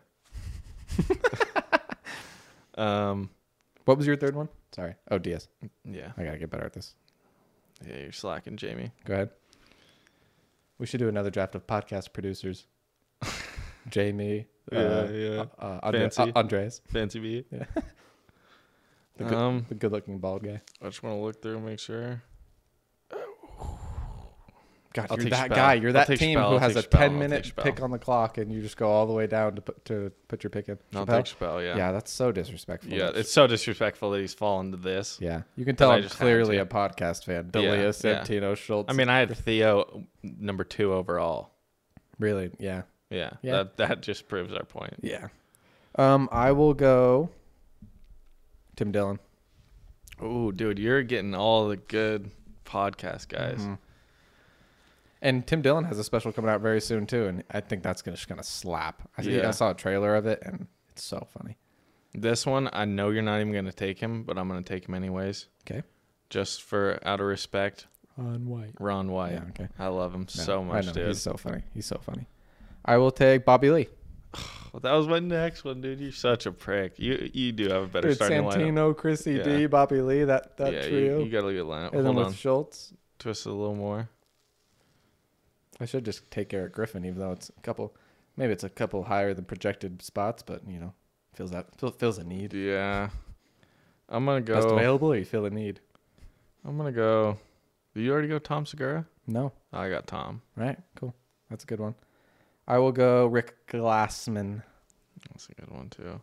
um. What was your third one? Sorry. Oh, DS. Yeah. I got to get better at this. Yeah. You're slacking, Jamie. Go ahead. We should do another draft of podcast producers. Jamie. uh, yeah. uh, Andre- Fancy. uh, Andres. Fancy bee. The good, Um, the good-looking bald guy. I just want to look through and make sure. God, I'll you're take that Spell. guy. You're I'll that take team Spell. who I'll has a take Spell. I'll 10 minute take Spell. pick on the clock, and you just go all the way down to put, to put your pick in. I'll Chappelle? take spell. Yeah. yeah. that's so disrespectful. Yeah, That's- it's so disrespectful that he's fallen to this. yeah. You can tell I I'm just had clearly to. a podcast fan. Yeah, Delia yeah. Santino Schultz. I mean, I had Theo number two overall. really, yeah, Yeah, Yeah. That that just proves our point. yeah. Um, I will go. Tim Dillon. Oh, dude, you're getting all the good podcast guys. Mm-hmm. And Tim Dillon has a special coming out very soon too, and I think that's gonna just gonna slap. I, see, Yeah. I saw a trailer of it, and it's so funny. This one, I know you're not even gonna take him, but I'm gonna take him anyways, Okay. just for out of respect. On white. Ron White. Yeah, okay. I love him so much, dude. He's so funny. He's so funny. I will take Bobby Lee. Well, that was my next one, dude. You're such a prick. You you do have a better Dude, starting lineup. Santino, Chrissy Yeah. D, Bobby Lee, that that yeah, trio, you, you gotta look at lineup. and then Hold with on, Schultz. twist it a little more. I should just take Eric Griffin, even though it's a couple, maybe it's a couple higher than projected spots, but you know, feels that feel- feels a need. Yeah, I'm gonna Best go. available, or you feel a need? I'm gonna go. Did you already go Tom Segura? No, I got Tom. All right? Cool, that's a good one. I will go Rick Glassman. That's a good one too.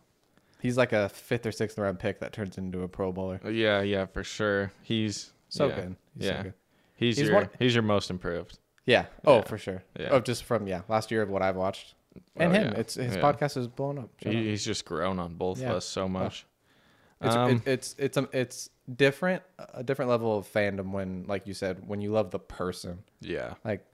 He's like a fifth or sixth round pick that turns into a Pro Bowler. Uh, Yeah, yeah, for sure. He's So yeah. good. He's yeah, so good. he's, He's your one- he's your most improved. Yeah. Oh, Yeah. for sure. Yeah. Oh, just from yeah last year of what I've watched, and Oh, him. yeah. It's his Yeah. podcast is blown up. Shut up. He, he's just grown on both Yeah. Oh. of us so much. It's Um, it, it's it's um, it's different a different level of fandom when like you said when you love the person. yeah, Like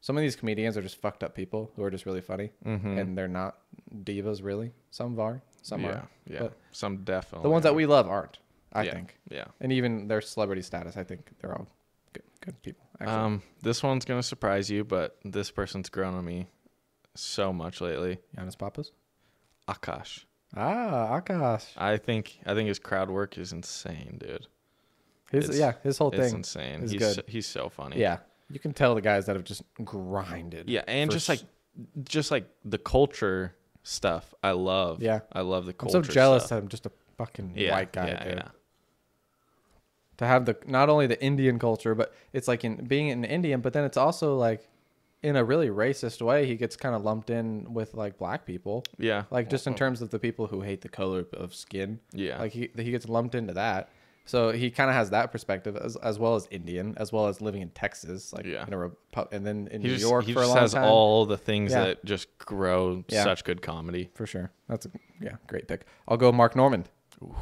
some of these comedians are just fucked up people who are just really funny and they're not divas really. Some are, some Mm. yeah, are. yeah. But Some definitely. the ones that we love aren't, I yeah. think. Yeah. And even their celebrity status, I think they're all good good people. Actually. Um, this one's gonna surprise you, but this person's grown on me so much lately. Giannis Papas. Akash. Ah, Akash. I think I think his crowd work is insane, dude. His it's- yeah, his whole It's thing. insane. is he's good. So, he's so funny. Yeah. You can tell the guys that have just grinded. Yeah, and for just s- like just like the culture stuff. I love. Yeah. I love the I'm culture. so jealous stuff. that I'm just a fucking yeah, white guy. Yeah, dude. yeah. to have the not only the Indian culture, but it's like in being an Indian, but then it's also like in a really racist way, he gets kind of lumped in with like black people, Yeah. like just in terms of the people who hate the color of skin. Oh. Yeah. like he he gets lumped into that. So he kind of has that perspective as, as well as Indian, as well as living in Texas, like Yeah. in a repu- and then in he New just, York he for a just long has time. all the things Yeah. that just grow Yeah. such good comedy. for sure. That's a yeah, great pick. I'll go Mark Normand. Him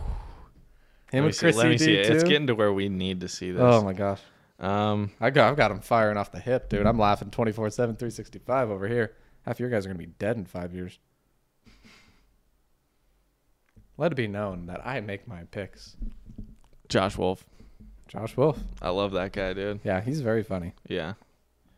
let me and see, let Chrissy me D see it. too. It's getting to where we need to see this. oh my gosh. um, I got, I've got him firing off the hip, dude. I'm laughing 24 7, 365 over here. Half your guys are going to be dead in five years. Let it be known that I make my picks. Josh Wolf. Josh Wolf. I love that guy, dude. Yeah, he's very funny. Yeah,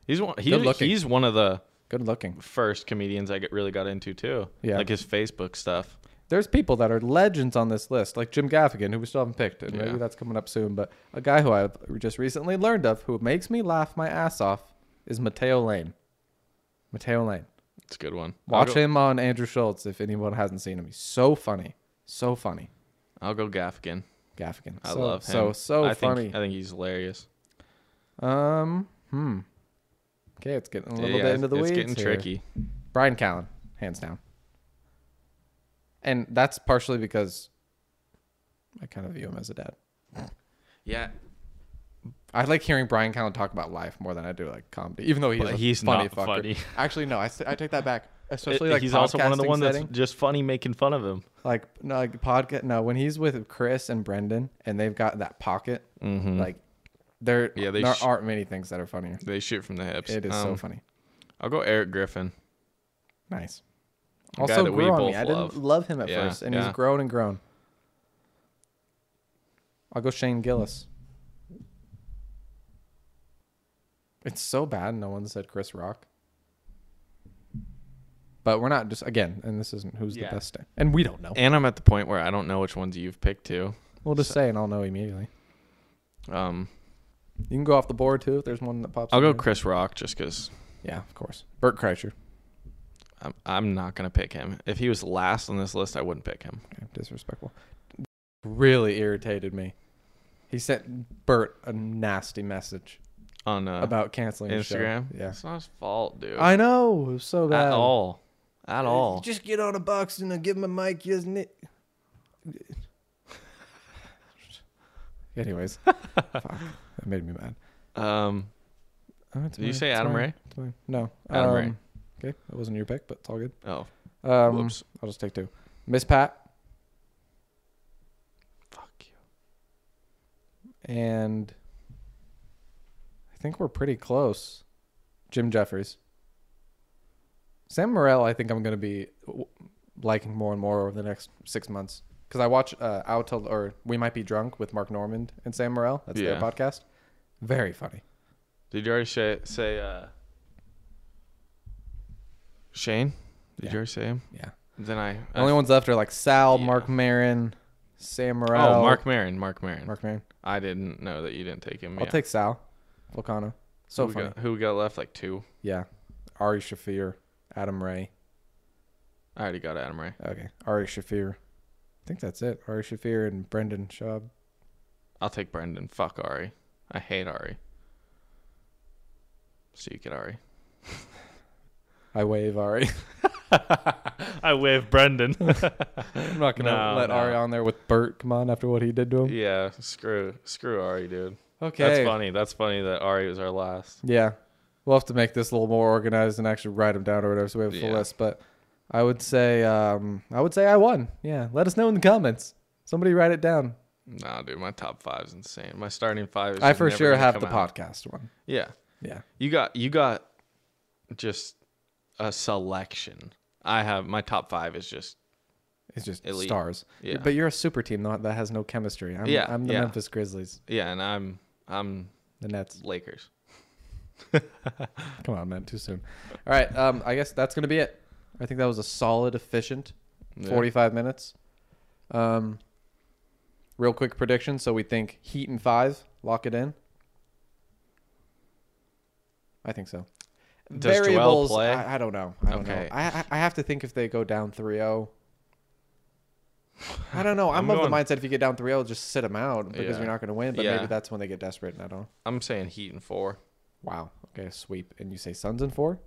he's one. He, Good looking. he's one of the Good looking. first comedians I get really got into too. Yeah. like his Facebook stuff. There's people that are legends on this list, like Jim Gaffigan, who we still haven't picked, and Yeah. maybe that's coming up soon. But a guy who I've just recently learned of, who makes me laugh my ass off, is Mateo Lane. Mateo Lane. It's a good one. Watch I'll go, him on Andrew Schultz if anyone hasn't seen him. He's so funny, so funny. I'll go Gaffigan. Gaffigan. I So- love him. So so I funny. Think, I think he's hilarious. Um. Hmm. Okay, it's getting a little Yeah, bit into the it's weeds. getting here. tricky. Brian Callen, hands down. And that's partially because I kind of view him as a dad. Yeah, I like hearing Brian Callen talk about life more than I do like comedy, even though he is But a he's funny not fucker. funny. Actually, no, I, s- I take that back. Especially It- like he's also one of the podcasting ones setting. that's just funny making fun of him. like no like podcast no when he's with Chris and Brendan and they've got that pocket like there Mm. Yeah, they there sh- aren't many things that are funnier. They shoot from the hips. It is so Um, funny. I'll go Eric Griffin. Nice. A guy Also that we grew on both me. I didn't love. love him at Yeah, first, and yeah. he's grown and grown. I'll go Shane Gillis. It's so bad no one said Chris Rock. But we're not just again, and this isn't who's Yeah. the best, and we don't know. And I'm at the point where I don't know which ones you've picked too. we'll just say, and I'll know immediately. Um, You can go off the board too if there's one that pops. I'll in go there. Chris Rock just because Yeah, of course. Bert Kreischer. I'm, I'm not gonna pick him. If he was last on this list, I wouldn't pick him. Okay, disrespectful. Really irritated me. He sent Bert a nasty message. On uh, about canceling his show. Instagram, Yeah, it's not his fault, dude. I know. It was so bad. at all, at all. Just get on a box and I'll give him a mic, isn't it? Anyways, fuck. That made me mad. um, Oh, it's did you mine, say it's Adam mine, Ray? it's mine. No. Um, Adam Ray. Okay, that wasn't your pick, but it's all good. Oh, Um, Whoops. I'll just take two. Miss Pat fuck you. and I think we're pretty close. Jim Jeffries. Sam Morrell, I think I'm going to be w- liking more and more over the next six months because I watch uh, Out Till or We Might Be Drunk with Mark Normand and Sam Morrell. That's Yeah. their podcast. Very funny. Did you already say say uh, Shane? Did Yeah. you already say him? Yeah. Then I uh, The only ones left are like Sal, yeah. Mark Marin, Sam Morrell. Oh, Mark Marin, Mark Marin. Mark Marin. I didn't know that you didn't take him. I'll yeah. take Sal. Volcano. So who we funny. Got, who we got left? Like two. Yeah. Ari Shafir, Adam Ray. I already got Adam Ray. Okay. Ari Shafir. I think that's it. Ari Shafir and Brendan Schaub. I'll take Brendan. Fuck Ari. I hate Ari. So you get Ari. I wave Ari. I wave Brendan. I'm not going to No, let no. Ari on there with Bert. Come on, after what he did to him. yeah, screw screw Ari, dude. Okay. That's funny. That's funny that Ari was our last. Yeah. We'll have to make this a little more organized and actually write them down or whatever so we have a full Yeah. list. But I would say um, I would say I won. Yeah. Let us know in the comments. Somebody write it down. Nah, dude, my top five is insane. My starting five is I just for never sure gonna have come the out. podcast one. Yeah. Yeah. You got you got just a selection. I have my top five is just It's just Elite. stars. Yeah. But you're a super team though, that has no chemistry. I'm, Yeah, I'm the yeah. Memphis Grizzlies, yeah, and I'm I'm the Nets. Lakers. Come on, man, too soon. All right, um, I guess that's gonna be it. I think that was a solid, efficient Yeah. forty-five minutes. Um, real quick prediction. So we think Heat in five. Lock it in. I think so. Does Joel play? I, I don't know. I don't Okay. know. I, I I have to think if they go down 3-0. I don't know. I'm, I'm of going- the mindset if you get down 3-0, just sit them out because Yeah. you're not going to win. But Yeah. maybe that's when they get desperate. And I don't. know. I'm saying Heat and four. Wow. Okay, sweep. And you say Suns in four?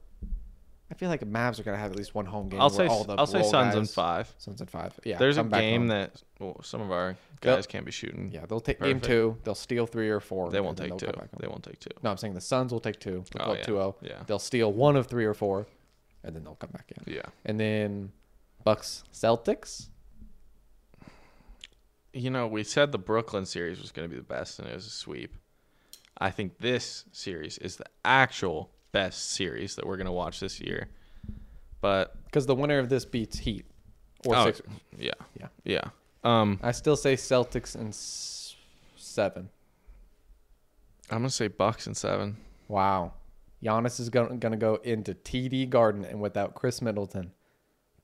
I feel like Mavs are gonna have at least one home game. I'll say where all the I'll say role Suns in guys- five. Suns in five. Yeah. There's a come back game home. that well, some of our guys can't be shooting. yeah they'll take game Perfect. two. They'll steal three or four. They won't and then take they'll two. come back home. They won't take two. No, I'm saying the Suns will take two. They'll Oh, go up yeah. 2-0. Yeah. They'll steal one of three or four, and then they'll come back in. Yeah. And then Bucks Celtics. You know, we said the Brooklyn series was going to be the best, and it was a sweep. I think this series is the actual best series that we're going to watch this year. But Because the winner of this beats Heat or oh, six. yeah, Yeah. yeah. Um, I still say Celtics in s- seven. I'm gonna say Bucks and seven. Wow. Giannis is going to go into TD Garden and without Chris Middleton,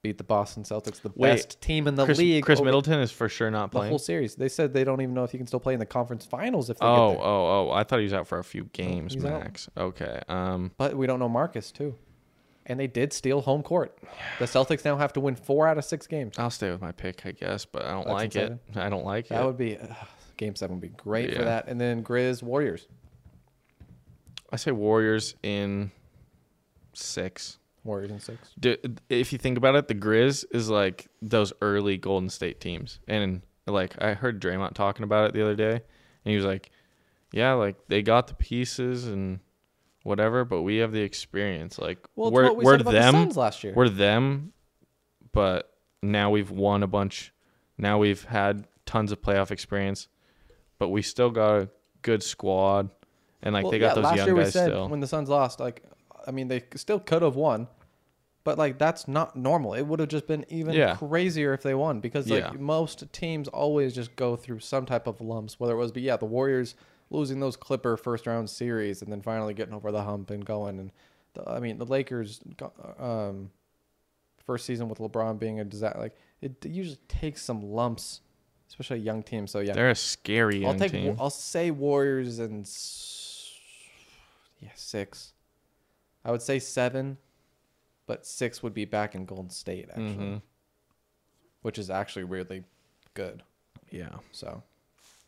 beat the Boston Celtics, the Wait, best team in the Chris, league. Chris over Middleton is for sure not The playing. whole series. They said they don't even know if he can still play in the conference finals if they Oh, get there. oh, oh! I thought he was out for a few games, he's out. max. Okay. Um, But we don't know Marcus, too. And they did steal home court. The Celtics now have to win four out of six games. I'll stay with my pick, I guess, but I don't like Bucks and it. I don't like That it. would be ugh, game seven would be great for Yeah. that. And then Grizz Warriors I say Warriors in six. Warriors in six. Do, if you think about it, the Grizz is like those early Golden State teams, and like I heard Draymond talking about it the other day, and he was like, "Yeah, like they got the pieces and whatever, but we have the experience. Like Well, it's we're what we we're said about the them. Suns last year. we're them, but now we've won a bunch. Now we've had tons of playoff experience, but we still got a good squad, and like Well, they got yeah, those last young year we guys said still. when the Suns lost, like, I mean, they still could have won, but like that's not normal. It would have just been even Yeah. crazier if they won because like Yeah. most teams always just go through some type of lumps. Whether it was, but yeah, the Warriors losing those Clipper first round series and then finally getting over the hump and going, and the, I mean the Lakers, go- um, first season with LeBron being a disaster. Like it usually takes some lumps, especially a young team. So yeah, They're a scary young I'll take. team. I'll say Warriors and s- yeah six. I would say seven, but six would be back in Golden State actually, Mhm. which is actually weirdly good. Yeah. So,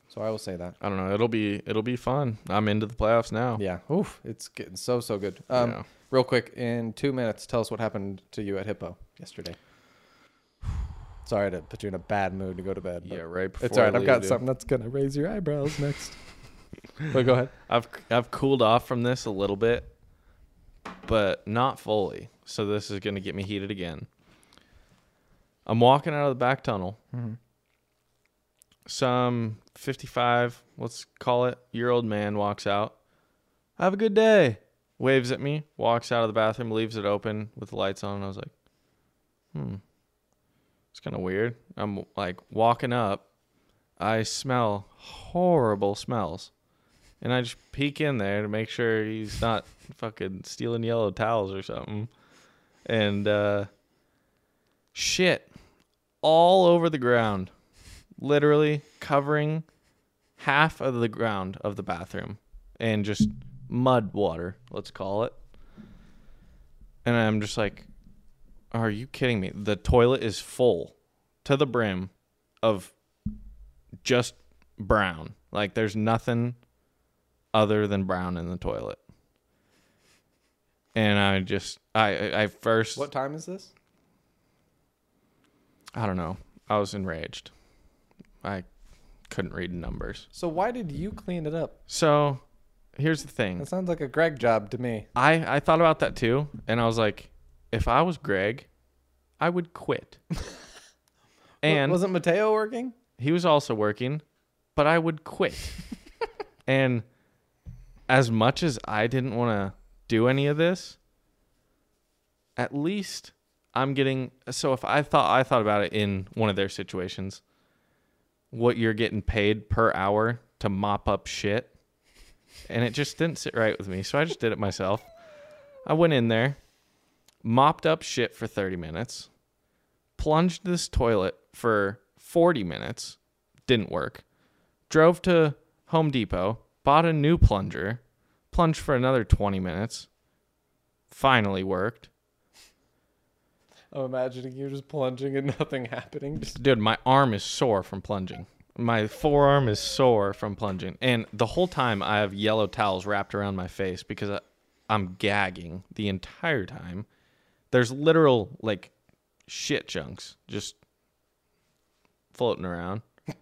so I will say that. I don't know. It'll be it'll be fun. I'm into the playoffs now. Yeah. Oof, it's getting so so good. Um, Oh. Yeah. real quick in two minutes, tell us what happened to you at Hippo yesterday. Sorry to put you in a bad mood to go to bed. But Yeah, right. Before It's all right. I I've leave, got dude. something that's gonna raise your eyebrows next. but go ahead. I've I've cooled off from this a little bit, but not fully. So this is gonna get me heated again. I'm walking out of the back tunnel. Some 55, let's call it, year old man walks out. Have a good day. Waves at me, walks out of the bathroom, leaves it open with the lights on. I was like, hmm, it's kind of weird. I'm like walking up. I smell horrible smells. And I just peek in there to make sure he's not fucking stealing yellow towels or something. And uh shit all over the ground. Literally covering half of the ground of the bathroom and just mud water, let's call it. And I'm just like are you kidding me? The toilet is full to the brim of just brown. Like there's nothing other than brown in the toilet. And I just I I- I first What time is this? I don't know. I was enraged. I couldn't read numbers. So why did you clean it up? So here's the thing. That sounds like a Greg job to me. I, I thought about that too, and I was like, if I was Greg, I would quit. and wasn't Mateo working? he was also working, but I would quit. and as much as I didn't want to do any of this, at least I'm getting so if I thought I thought about it in one of their situations, what you're getting paid per hour to mop up shit. And it just didn't sit right with me, so I just did it myself. I went in there, mopped up shit for 30 minutes plunged this toilet for 40 minutes, didn't work. Drove to Home Depot, bought a new plunger, plunged for another 20 minutes, finally worked. I'm imagining you just plunging and nothing happening. Just Dude, my arm is sore from plunging. My forearm is sore from plunging. And the whole time I have yellow towels wrapped around my face because I, I'm gagging the entire time. There's literal like shit chunks just floating around.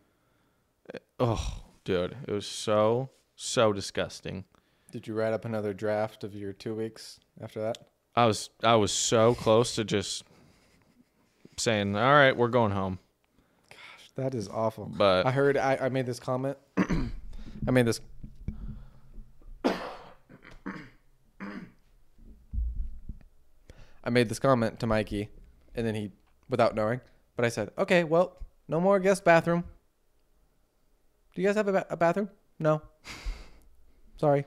oh, dude, it was so so disgusting. did you write up another draft of your two weeks after that? I was I was so close to just saying, "All right, we're going home." That is awful. But- uh, I heard I, I made this comment. I made this. I made this comment to Mikey, and then he, without knowing, but I said, "Okay, well, no more guest bathroom. Do you guys have a, ba- a bathroom? No. Sorry.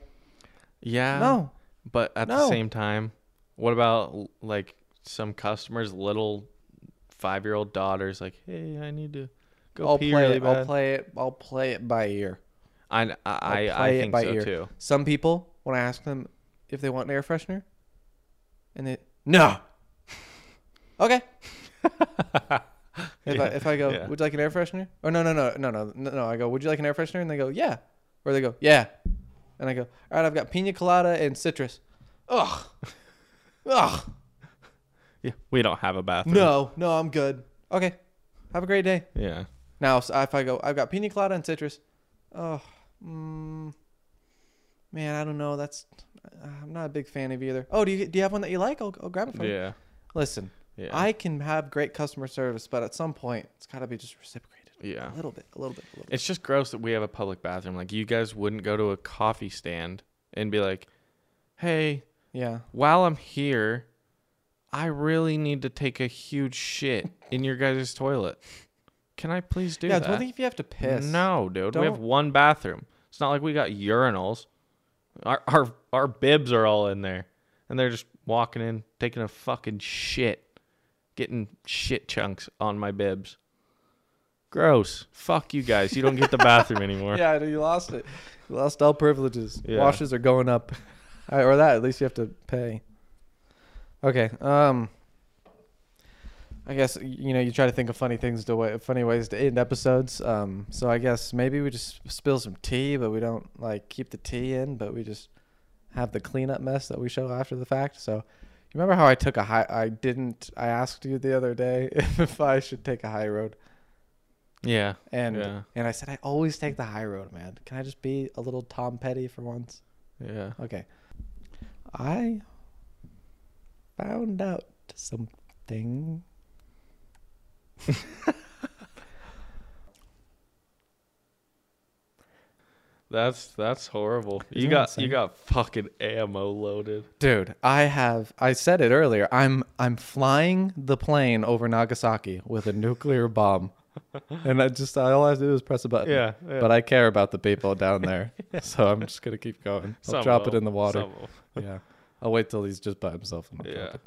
Yeah. No. But at the No. same time, what about l- like some customers' little five-year-old daughters? Like, hey, I need to go I'll pee play really it. bad. I'll play it. I'll play it by ear. I I I, I'll I play it think by so ear. too. Some people, when I ask them if they want an air freshener, and they no. Okay. if I if I go, yeah. would you like an air freshener? Or no, no, no, no, no, no, no. I go, would you like an air freshener? And they go, yeah. Or they go, yeah. And I go, all right, I've got pina colada and citrus. Ugh. Ugh. Yeah, we don't have a bathroom. No, no, I'm good. Okay. Have a great day. Yeah. Now, s- if I go, I've got pina colada and citrus. Oh, mm, man, I don't know. That's I'm not a big fan of either. Oh, do you do you have one that you like? I'll, I'll grab it for you. Yeah. Listen, Yeah. I can have great customer service, but at some point, it's got to be just reciprocated. yeah. A little bit, a little bit, a little bit. It's just gross that we have a public bathroom. Like you guys wouldn't go to a coffee stand and be like, "Hey, Yeah. while I'm here, I really need to take a huge shit in your guys' toilet. Can I please do yeah, it's that?" one thing if you have to piss. No, dude. We have Don't- one bathroom. It's not like we got urinals. Our our our bibs are all in there, and they're just walking in, taking a fucking shit, getting shit chunks on my bibs. Gross. Fuck you guys. You don't get the bathroom anymore. Yeah, dude, you lost it. You lost all privileges. Yeah. Washes are going up, Uh, or that at least you have to pay. Okay. Um. I guess you know you try to think of funny things to way, funny ways to end episodes. Um. So I guess maybe we just spill some tea, but we don't like keep the tea in, but we just have the cleanup mess that we show after the fact. So. you Remember how I took a high? I didn't. I asked you the other day if I should take a high road. Yeah. And Yeah. and I said I always take the high road, man. Can I just be a little Tom Petty for once? Yeah. Okay. I found out something. That's that's horrible. you Isn't got that insane? you got fucking ammo loaded. Dude, I have I said it earlier. I'm I'm flying the plane over Nagasaki with a nuclear bomb. And I just all I have to do is press a button. Yeah, yeah. But I care about the people down there. So I'm just gonna keep going. I'll Some drop will. it in the water. Some will. yeah. I'll wait till he's just by himself. And I'll drop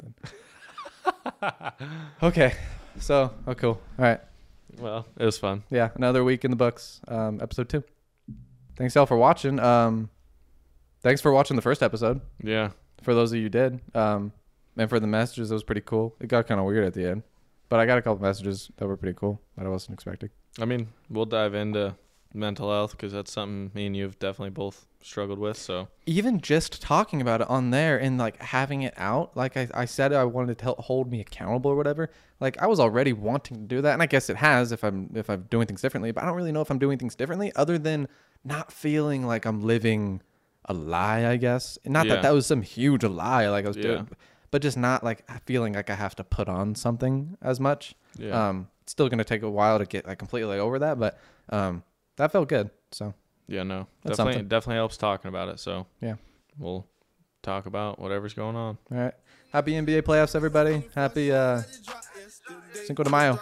Yeah. it then. okay. So, oh, cool. All right. Well, it was fun. Yeah. Another week in the books. Um, episode two. Thanks y'all for watching. Um, thanks for watching the first episode. Yeah. For those of you who did, um, and for the messages, it was pretty cool. It got kind of weird at the end, but I got a couple messages that were pretty cool that I wasn't expecting. I mean, we'll dive into mental health because that's something me and you have definitely both struggled with. So Even just talking about it on there and like having it out, like I, I said, I wanted to help hold me accountable or whatever. Like I was already wanting to do that, and I guess it has if I'm if I'm doing things differently. But I don't really know if I'm doing things differently other than not feeling like I'm living a lie. I guess And not Yeah. that that was some huge lie. Like I was Yeah. doing, but just not like feeling like I have to put on something as much. Yeah. Um, it's still gonna take a while to get like completely over that, but um, that felt good. So yeah, no, That's definitely something. definitely helps talking about it. So yeah. we'll talk about whatever's going on. All right. Happy NBA playoffs, everybody. Happy uh, Cinco de Mayo.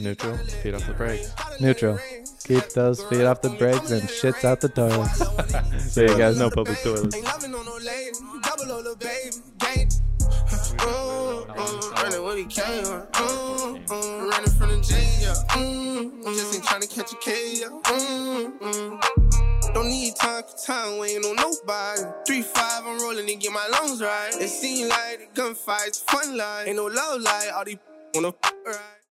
Neutral, feet off the brakes. Neutral. Keep those feet off the brakes and shits out the toilets. See you guys. No public toilets. Ain't loving on no lady. Double O lil' baby. Gang. Mm, mm, running where we came. Mm, mm, running from the J. Yeah. Mm, mm, just ain't trying to catch a K. Yeah. Mm, mm. Don't need time for time, we ain't on nobody. Three five, I'm rolling and get my lungs right. It seem like the gunfights fun line. Ain't no love lie, all these wanna f- right.